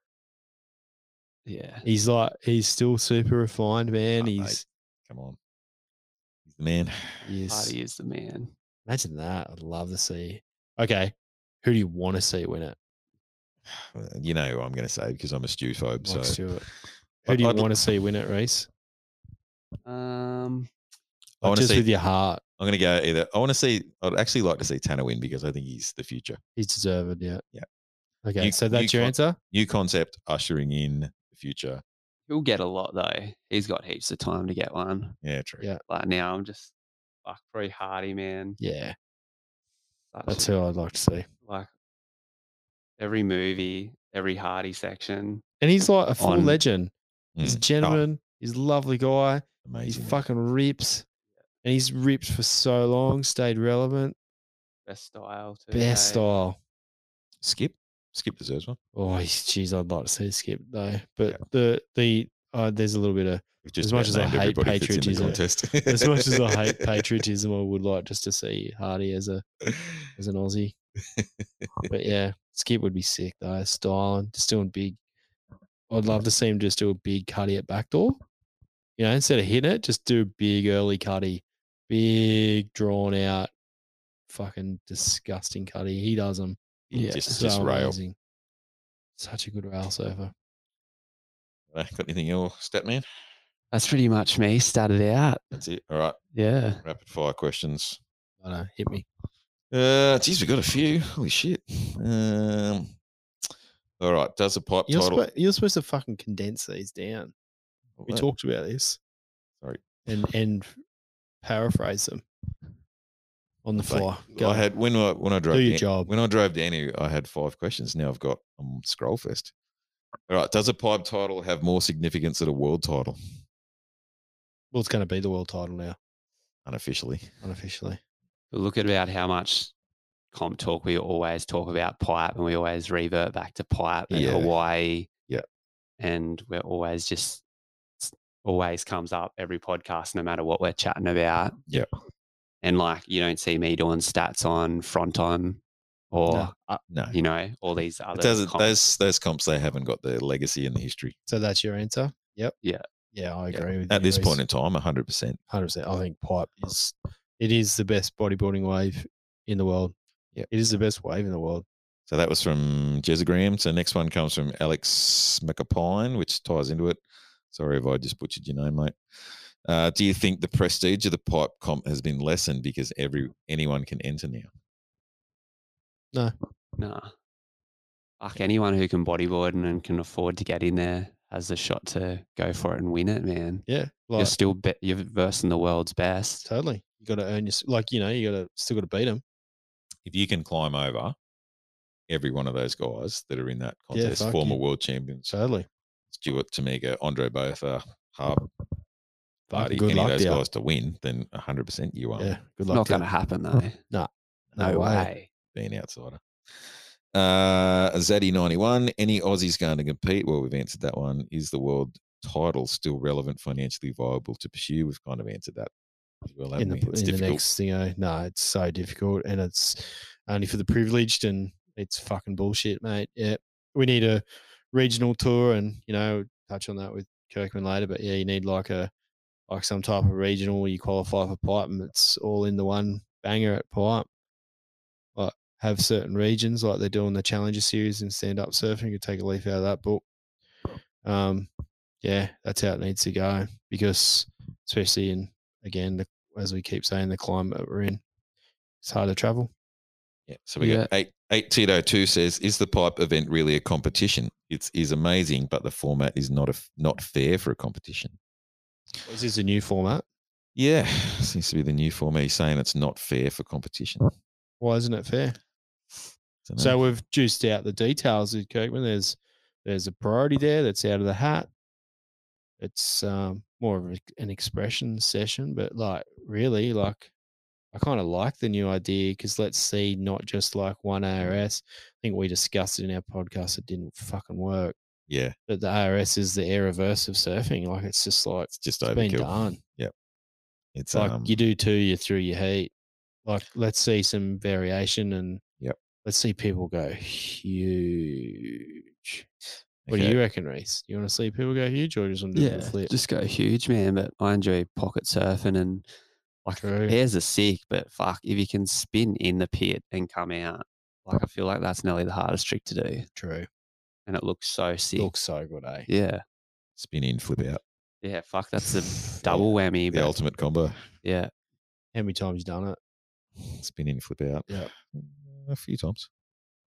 Speaker 3: Yeah,
Speaker 4: He's like he's still super refined, man.
Speaker 5: Oh, mate.
Speaker 4: He's
Speaker 5: Come on, he's the man.
Speaker 4: yes.
Speaker 3: Hardy is the man.
Speaker 4: Imagine that. I'd love to see. Okay, who do you want to see win it?
Speaker 5: You know who I'm going to say because I'm a stew phobe.
Speaker 4: Mike
Speaker 5: so
Speaker 4: Stewart.
Speaker 5: I-
Speaker 4: Who do you
Speaker 5: I'd l-
Speaker 4: want to see win it, Reese?
Speaker 3: Um,
Speaker 5: I
Speaker 4: Like,
Speaker 5: want to
Speaker 4: just
Speaker 5: see.
Speaker 4: with your heart.
Speaker 5: I'm going to go either. I want to see. I'd actually like to see Tanner win because I think he's the future.
Speaker 4: He's deserved, yeah.
Speaker 5: Yeah.
Speaker 4: Okay,
Speaker 5: You-
Speaker 4: so
Speaker 5: you
Speaker 4: that's your
Speaker 5: can't-
Speaker 4: answer.
Speaker 5: New concept ushering in the future.
Speaker 3: he'll get a lot though. He's got heaps of time to get one.
Speaker 5: Yeah, true.
Speaker 4: Yeah.
Speaker 3: Like now, I'm just like probably Hardy man.
Speaker 4: Yeah,
Speaker 3: Such
Speaker 4: that's
Speaker 3: a-
Speaker 4: who I'd like to see.
Speaker 3: like every movie, every Hardy section.
Speaker 4: And he's like a full
Speaker 3: On-
Speaker 4: legend. He's a
Speaker 5: Mm. Oh,
Speaker 4: gentleman. He's a lovely guy. He's
Speaker 5: amazing.
Speaker 4: fucking rips, and he's ripped for so long, stayed relevant.
Speaker 3: Best style. Too,
Speaker 4: Best
Speaker 3: eh?
Speaker 4: style.
Speaker 5: Skip. Skip deserves one.
Speaker 4: Oh, he's- geez, I'd like to see Skip though, but the the uh, there's a little bit of
Speaker 5: We've just
Speaker 4: As much
Speaker 5: about
Speaker 4: as I
Speaker 5: named
Speaker 4: hate
Speaker 5: everybody that's in the
Speaker 4: patriotism-
Speaker 5: contest.
Speaker 4: as much as I hate patriotism, I would like just to see Hardy as a as an Aussie. But yeah, Skip would be sick though. Styling, just doing big. I'd love to see him just do a big cutty at backdoor. You know, instead of hitting it, just do a big early cutty, big drawn out, fucking disgusting cutty. He does them.
Speaker 5: yeah, just, just rail.
Speaker 4: Such a good rail surfer.
Speaker 5: Uh, Got anything else, Statman?
Speaker 3: That's pretty much me. Started out.
Speaker 5: That's it. All right.
Speaker 3: Yeah.
Speaker 5: Rapid fire questions.
Speaker 4: I know, hit me.
Speaker 5: Uh, geez, we got a few. Holy shit. Um, all right. Does a pipe
Speaker 4: You're,
Speaker 5: title?
Speaker 4: spo- you're supposed to fucking condense these down.
Speaker 5: Oh,
Speaker 4: We
Speaker 5: that-
Speaker 4: talked about this.
Speaker 5: Sorry.
Speaker 4: And and paraphrase them on the
Speaker 5: Fuck.
Speaker 4: fly.
Speaker 5: I had when I when I drove
Speaker 4: your
Speaker 5: Dan-
Speaker 4: job.
Speaker 5: when I drove Danny, I had five questions. Now I've got um Scrollfest. All right. Does a pipe title have more significance than a world title?
Speaker 4: well, it's going to be the world title now,
Speaker 5: Unofficially.
Speaker 4: unofficially.
Speaker 3: But look at about how much comp talk we always talk about pipe and we always revert back to pipe and
Speaker 5: Yeah.
Speaker 3: Hawaii.
Speaker 5: Yeah.
Speaker 3: And we're always just it's always comes up every podcast, no matter what we're chatting about.
Speaker 5: Yeah.
Speaker 3: And like you don't see me doing stats on front on or
Speaker 4: No.
Speaker 5: No.
Speaker 3: you know, all these other
Speaker 5: It doesn't.
Speaker 3: comp-
Speaker 5: Those those comps they haven't got the legacy and the history.
Speaker 4: So that's your answer. Yep.
Speaker 3: Yeah.
Speaker 4: Yeah, I agree with
Speaker 5: At
Speaker 4: you,
Speaker 5: this
Speaker 4: Reece.
Speaker 5: point in time, 100%.
Speaker 4: 100%. I think pipe is it is the best bodybuilding wave in the world.
Speaker 5: Yep.
Speaker 4: It is the best wave in the world.
Speaker 5: So that was from Jezza Graham. So next one comes from Alex McApine, which ties into it. Sorry if I just butchered your name, mate. Uh, do you think the prestige of the pipe comp has been lessened because every anyone can enter now?
Speaker 3: Nah. Fuck, anyone who can bodyboard and, and can afford to get in there has a shot to go for it and win it, man.
Speaker 4: Yeah.
Speaker 3: you're
Speaker 4: Like
Speaker 3: still be- you're versing the world's best.
Speaker 4: totally. You got to earn your like you know, you got to still got to beat them.
Speaker 5: If you can climb over every one of those guys that are in that
Speaker 4: Yeah,
Speaker 5: contest,
Speaker 4: fuck
Speaker 5: former
Speaker 4: yeah.
Speaker 5: world champions,
Speaker 4: Totally.
Speaker 5: Stuart Tamega, Andre Botha, Harb, Barty,
Speaker 4: good
Speaker 5: any
Speaker 4: luck
Speaker 5: of those
Speaker 4: to ya.
Speaker 5: guys to win, then 100% you are.
Speaker 4: Yeah. Good luck.
Speaker 3: Not
Speaker 4: to
Speaker 3: going to
Speaker 4: you.
Speaker 3: happen though.
Speaker 4: No way.
Speaker 5: being outsider. Uh, Zaddy ninety one. Any Aussies going to compete? Well, we've answered that one. Is the world title still relevant, financially viable to pursue? We've kind of answered that as well.
Speaker 4: in
Speaker 5: haven't
Speaker 4: the,
Speaker 5: we? It's
Speaker 4: in the
Speaker 5: difficult.
Speaker 4: next thing. I no, it's so difficult, and it's only for the privileged, and it's fucking bullshit, mate. Yeah, we need a regional tour, and you know, touch on that with Kirkman later. But yeah, you need like a like some type of regional where you qualify for pipe, and it's all in the one banger at pipe. Like have certain regions, like they're doing the Challenger Series and stand up surfing. You take a leaf out of that book. Um, yeah, that's how it needs to go because, especially in again the as we keep saying, the climate we're in. It's hard to travel.
Speaker 5: Yeah. So we got eight eight Tito two says, is the pipe event really a competition? It is amazing, but the format is not a f- not fair for a competition.
Speaker 4: Is this a new format?
Speaker 5: Yeah, seems to be the new format. He's saying it's not fair for competition.
Speaker 4: Why isn't it fair?
Speaker 5: Dunno.
Speaker 4: Hmm. So we've juiced out the details with Kirkman. There's there's a priority there that's out of the hat. It's um, more of a- an expression session, but like really, like I kind of like the new idea because let's see not just like one ARS. I think we discussed it in our podcast. It didn't fucking work,
Speaker 5: yeah,
Speaker 4: but the ARS is the air reverse of surfing. Like it's just like
Speaker 5: it's just
Speaker 4: it's
Speaker 5: overkill.
Speaker 4: been done.
Speaker 5: It's
Speaker 4: like
Speaker 5: um,
Speaker 4: you do too. You through your heat. Like let's see some variation and
Speaker 5: Yep.
Speaker 4: let's see people go huge. What
Speaker 5: okay.
Speaker 4: do you reckon, Reese? You want to see people go huge, or you just want to do a bit of flip?
Speaker 3: just go huge, man. But I enjoy pocket surfing and like
Speaker 4: True.
Speaker 3: pairs are sick. But fuck, if you can spin in the pit and come out, like I feel like that's nearly the hardest trick to do,
Speaker 4: True.
Speaker 3: and it looks so sick.
Speaker 4: Looks so good, eh?
Speaker 3: yeah,
Speaker 5: spin in, flip out,
Speaker 3: yeah. Fuck, that's a double whammy.
Speaker 5: the
Speaker 3: But
Speaker 5: ultimate combo.
Speaker 3: yeah,
Speaker 4: How many times you done it?
Speaker 5: spin in, flip out. Mm,
Speaker 4: Yeah.
Speaker 5: A few times.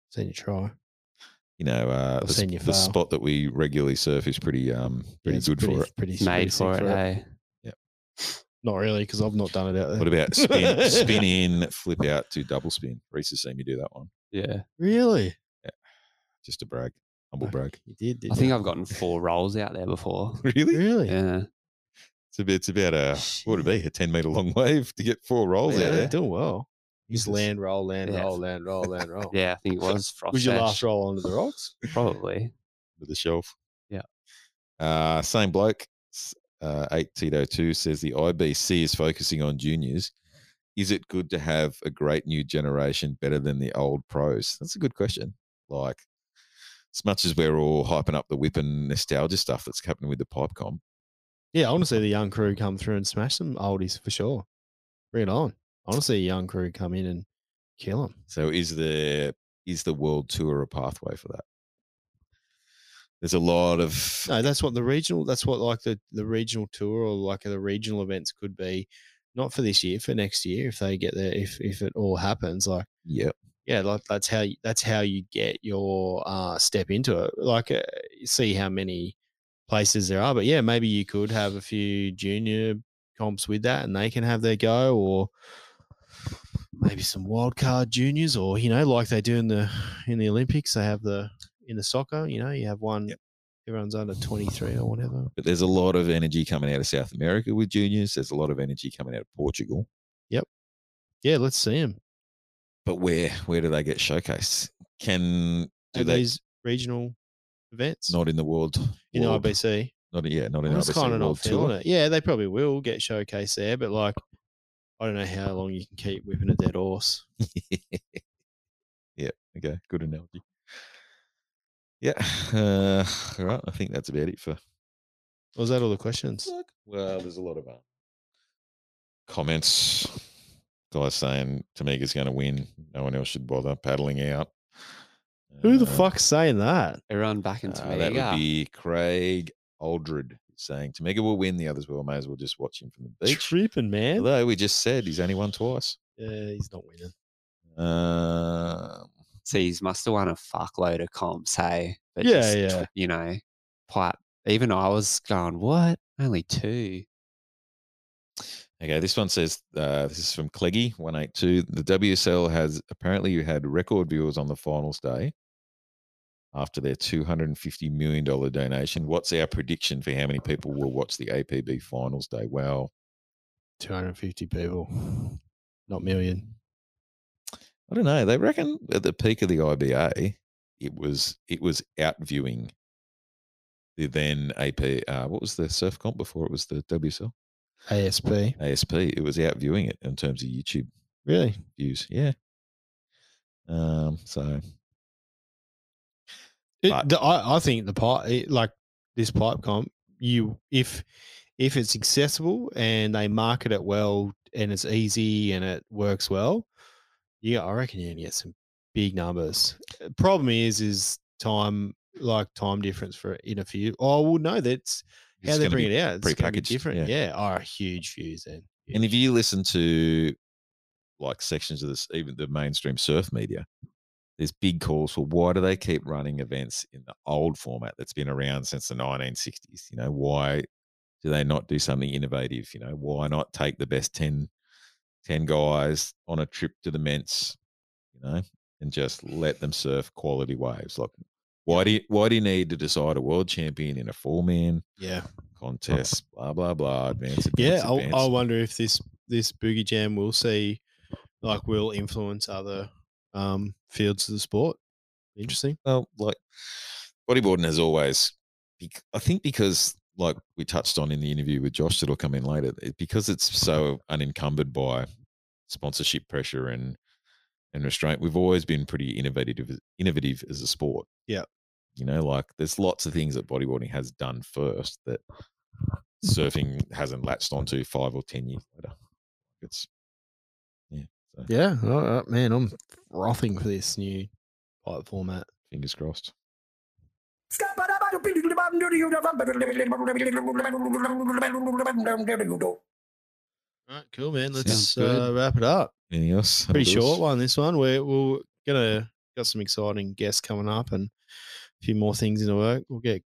Speaker 4: Seen you try?
Speaker 5: You know, uh, the,
Speaker 4: I've seen
Speaker 5: sp-
Speaker 4: you
Speaker 5: the
Speaker 4: fail.
Speaker 5: spot that we regularly surf is pretty um pretty
Speaker 4: it's
Speaker 5: good for it.
Speaker 4: Pretty,
Speaker 3: it's made
Speaker 4: sick
Speaker 3: for it. eh?
Speaker 4: Not really, because I've not done it out there.
Speaker 5: What about spin spin in, flip out to double spin? Reese has seen me do that one.
Speaker 3: Yeah,
Speaker 4: Really?
Speaker 5: Just a brag. Humble
Speaker 4: Fuck,
Speaker 5: brag.
Speaker 4: You did. did
Speaker 3: I think
Speaker 4: you?
Speaker 3: I've gotten four rolls out there before.
Speaker 5: Really?
Speaker 4: really.
Speaker 3: Yeah,
Speaker 5: It's about it's about a what would it be? A ten meter long wave to get four rolls
Speaker 4: Yeah,
Speaker 5: out there.
Speaker 4: doing well. Just
Speaker 5: Jesus.
Speaker 4: land roll, land
Speaker 3: Yeah.
Speaker 4: roll, land roll, land roll.
Speaker 3: yeah. I think it was frost.
Speaker 4: Was your
Speaker 3: Ash,
Speaker 4: last roll onto the rocks?
Speaker 3: probably?
Speaker 5: with the shelf.
Speaker 3: Yeah.
Speaker 5: Uh, same bloke, s- uh, 8 Tito 2 says the IBC is focusing on juniors. Is it good to have a great new generation better than the old pros? That's a good question. Like, as much as we're all hyping up the whip and nostalgia stuff that's happening with the pipe comp,
Speaker 4: Yeah, I want to see the young crew come through and smash some oldies for sure. Bring it on. I want to see a young crew come in and kill them.
Speaker 5: so is the is the world tour a pathway for that? There's a lot of
Speaker 4: No, that's what the regional. That's what like the the regional tour or like the regional events could be. Not for this year, for next year, if they get there, if if it all happens, like.
Speaker 5: yeah,
Speaker 4: yeah, like that's how you, that's how you get your uh, step into it. Like, uh, you see how many places there are, but yeah, maybe you could have a few junior comps with that, and they can have their go, or maybe some wild card juniors, or you know, like they do in the in the Olympics, they have the in the soccer. You know, you have one. Everyone's under twenty three or whatever.
Speaker 5: but there's a lot of energy coming out of South America with juniors. There's a lot of energy coming out of Portugal.
Speaker 4: Yeah, let's see them.
Speaker 5: but where where do they get showcased? Can do
Speaker 4: Do
Speaker 5: they
Speaker 4: these regional events
Speaker 5: not in the world?
Speaker 4: in the
Speaker 5: world-
Speaker 4: IBC?
Speaker 5: Not yeah, not
Speaker 4: I'm
Speaker 5: in the
Speaker 4: just
Speaker 5: IBC
Speaker 4: kind of not
Speaker 5: world
Speaker 4: feeling
Speaker 5: tour.
Speaker 4: it. Yeah, they probably will get showcased there, but like, I don't know how long you can keep whipping a dead horse.
Speaker 5: yeah. Okay. Good analogy. Yeah. Uh, all right. I think that's about it for
Speaker 4: Was that all the questions?
Speaker 5: Well, there's a lot of uh, comments. Guys saying Tamega's going to win. No one else should bother paddling out.
Speaker 4: Who the
Speaker 5: Uh,
Speaker 4: fuck's saying that?
Speaker 3: Everyone back into
Speaker 5: Uh,
Speaker 3: me.
Speaker 5: that
Speaker 3: yeah.
Speaker 5: would be Craig Aldred saying Tamega will win, the others will. May as well just watch him from the beach.
Speaker 4: Tripping, man.
Speaker 5: Although we just said he's only won twice.
Speaker 4: Yeah, he's not winning.
Speaker 5: Um,
Speaker 3: Seas must have won a fuckload of comps, hey? But
Speaker 4: Yeah,
Speaker 3: just,
Speaker 4: yeah.
Speaker 3: You know, pipe. Even I was going, what? Only two.
Speaker 5: okay, this one says uh, this is from Cleggy one eight two. The WSL has apparently you had record viewers on the finals day after their two hundred and fifty million dollar donation. What's our prediction for how many people will watch the APB finals day? Well,
Speaker 4: 250 people, not million.
Speaker 5: I don't know. They reckon at the peak of the IBA, it was it was outviewing the then AP. Uh, what was the surf comp before it was the WSL
Speaker 4: ASP.
Speaker 5: ASP? It was outviewing it in terms of YouTube
Speaker 4: Really?
Speaker 5: views. Yeah. Um. So
Speaker 4: It,
Speaker 5: But-
Speaker 4: the, I, I think the pipe, it, like this pipe comp, you if if it's accessible and they market it well and it's easy and it works well, yeah, I reckon you're gonna get some big numbers. Uh, Problem is, is time like time difference for in a few. Oh well, no, that's how
Speaker 5: it's
Speaker 4: they
Speaker 5: gonna
Speaker 4: bring
Speaker 5: be-
Speaker 4: it out. It's gonna be
Speaker 5: prepackaged,
Speaker 4: different. Yeah, are huge views then.
Speaker 5: And if you listen to like sections of this, even the mainstream surf media, there's big calls for why do they keep running events in the old format that's been around since the 1960s? You know, why do they not do something innovative? You know, why not take the best 10, 10 guys on a trip to the Ments, you know, and just let them surf quality waves? Like, why do you, why do you need to decide a world champion in a four man
Speaker 4: yeah.
Speaker 5: contest? Blah blah blah. Advance,
Speaker 4: Yeah,
Speaker 5: advance,
Speaker 4: I,
Speaker 5: advance.
Speaker 4: I wonder if this this boogie jam will see, like, will influence other um, fields of the sport. Interesting.
Speaker 5: well, like bodyboarding has always, bec- I think, because like we touched on in the interview with Josh that'll come in later, it, because it's so unencumbered by sponsorship pressure and and restraint, we've always been pretty innovative as- innovative as a sport.
Speaker 4: Yeah.
Speaker 5: you know, like there's lots of things that bodyboarding has done first that surfing hasn't latched onto five or ten years later. It's
Speaker 4: Yeah, all right, man, I'm frothing for this new pipe format.
Speaker 5: fingers crossed.
Speaker 4: All right, cool, man.
Speaker 3: Sounds
Speaker 4: Let's
Speaker 3: good.
Speaker 4: uh, wrap it up.
Speaker 5: Anything else?
Speaker 4: Pretty
Speaker 5: Otherwise-
Speaker 4: short one. This one. We're we're gonna got some exciting guests coming up and a few more things in the work. We'll get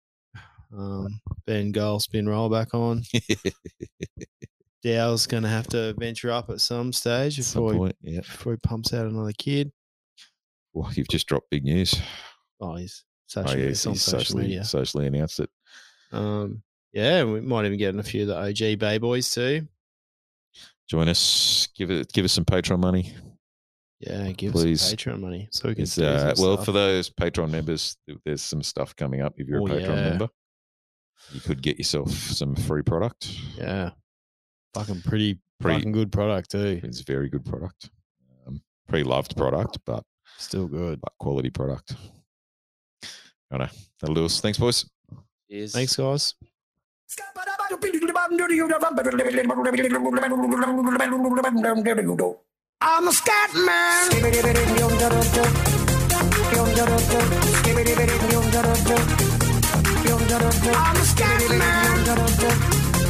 Speaker 4: um, Ben Gull spin roll back on. Dow's gonna have to venture up at some stage
Speaker 5: At some
Speaker 4: before he
Speaker 5: point, yeah.
Speaker 4: before he pumps out another kid.
Speaker 5: Well, you've just dropped big news.
Speaker 4: Oh, he's
Speaker 5: Oh,
Speaker 4: social,
Speaker 5: yeah,
Speaker 4: it's on
Speaker 5: he's
Speaker 4: social
Speaker 5: socially,
Speaker 4: media.
Speaker 5: socially announced it.
Speaker 4: Um, yeah, we might even get in a few of the OG Bay Boys too.
Speaker 5: Join us. Give it. Give us some Patreon money.
Speaker 4: Yeah, give us
Speaker 5: Please.
Speaker 4: some Patreon money so we can.
Speaker 5: It's,
Speaker 4: do
Speaker 5: uh,
Speaker 4: some
Speaker 5: well,
Speaker 4: stuff.
Speaker 5: for those Patreon members, th- there's some stuff coming up. If you're
Speaker 4: Oh,
Speaker 5: a Patreon
Speaker 4: yeah.
Speaker 5: member, you could get yourself some free product.
Speaker 4: yeah, fucking pretty,
Speaker 5: Pretty-
Speaker 4: fucking good product too.
Speaker 5: It's very good product. Um, pre-loved product, but
Speaker 4: Still good.
Speaker 5: but quality product. I know. That'll do us. Thanks, boys.
Speaker 3: Is
Speaker 4: Thanks, guys.
Speaker 10: I'm a scat man. I'm a scat man.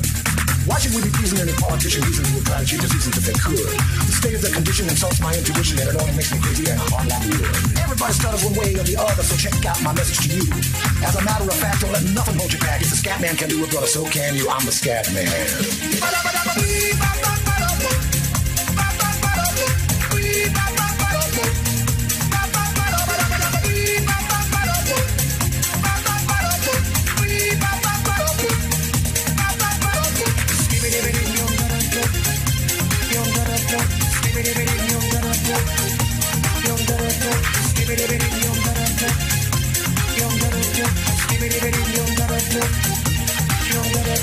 Speaker 11: Why should we be pleasing any poor politician using the apology just using if they could. The state of the condition insults my intuition and it only makes me crazy and hard like wood. Everybody stutters one way or the other, so check out my message to you. As a matter of fact, don't let nothing hold you back. If the scat man can do it, brother, so can you. I'm the scat man.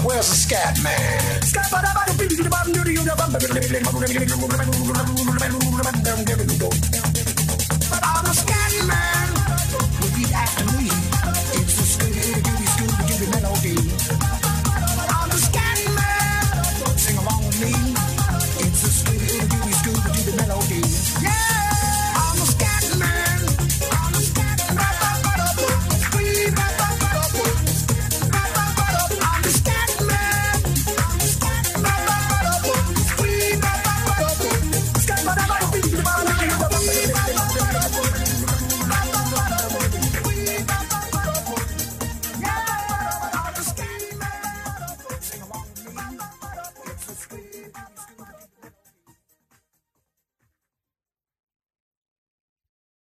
Speaker 11: Where's the scat man? Scat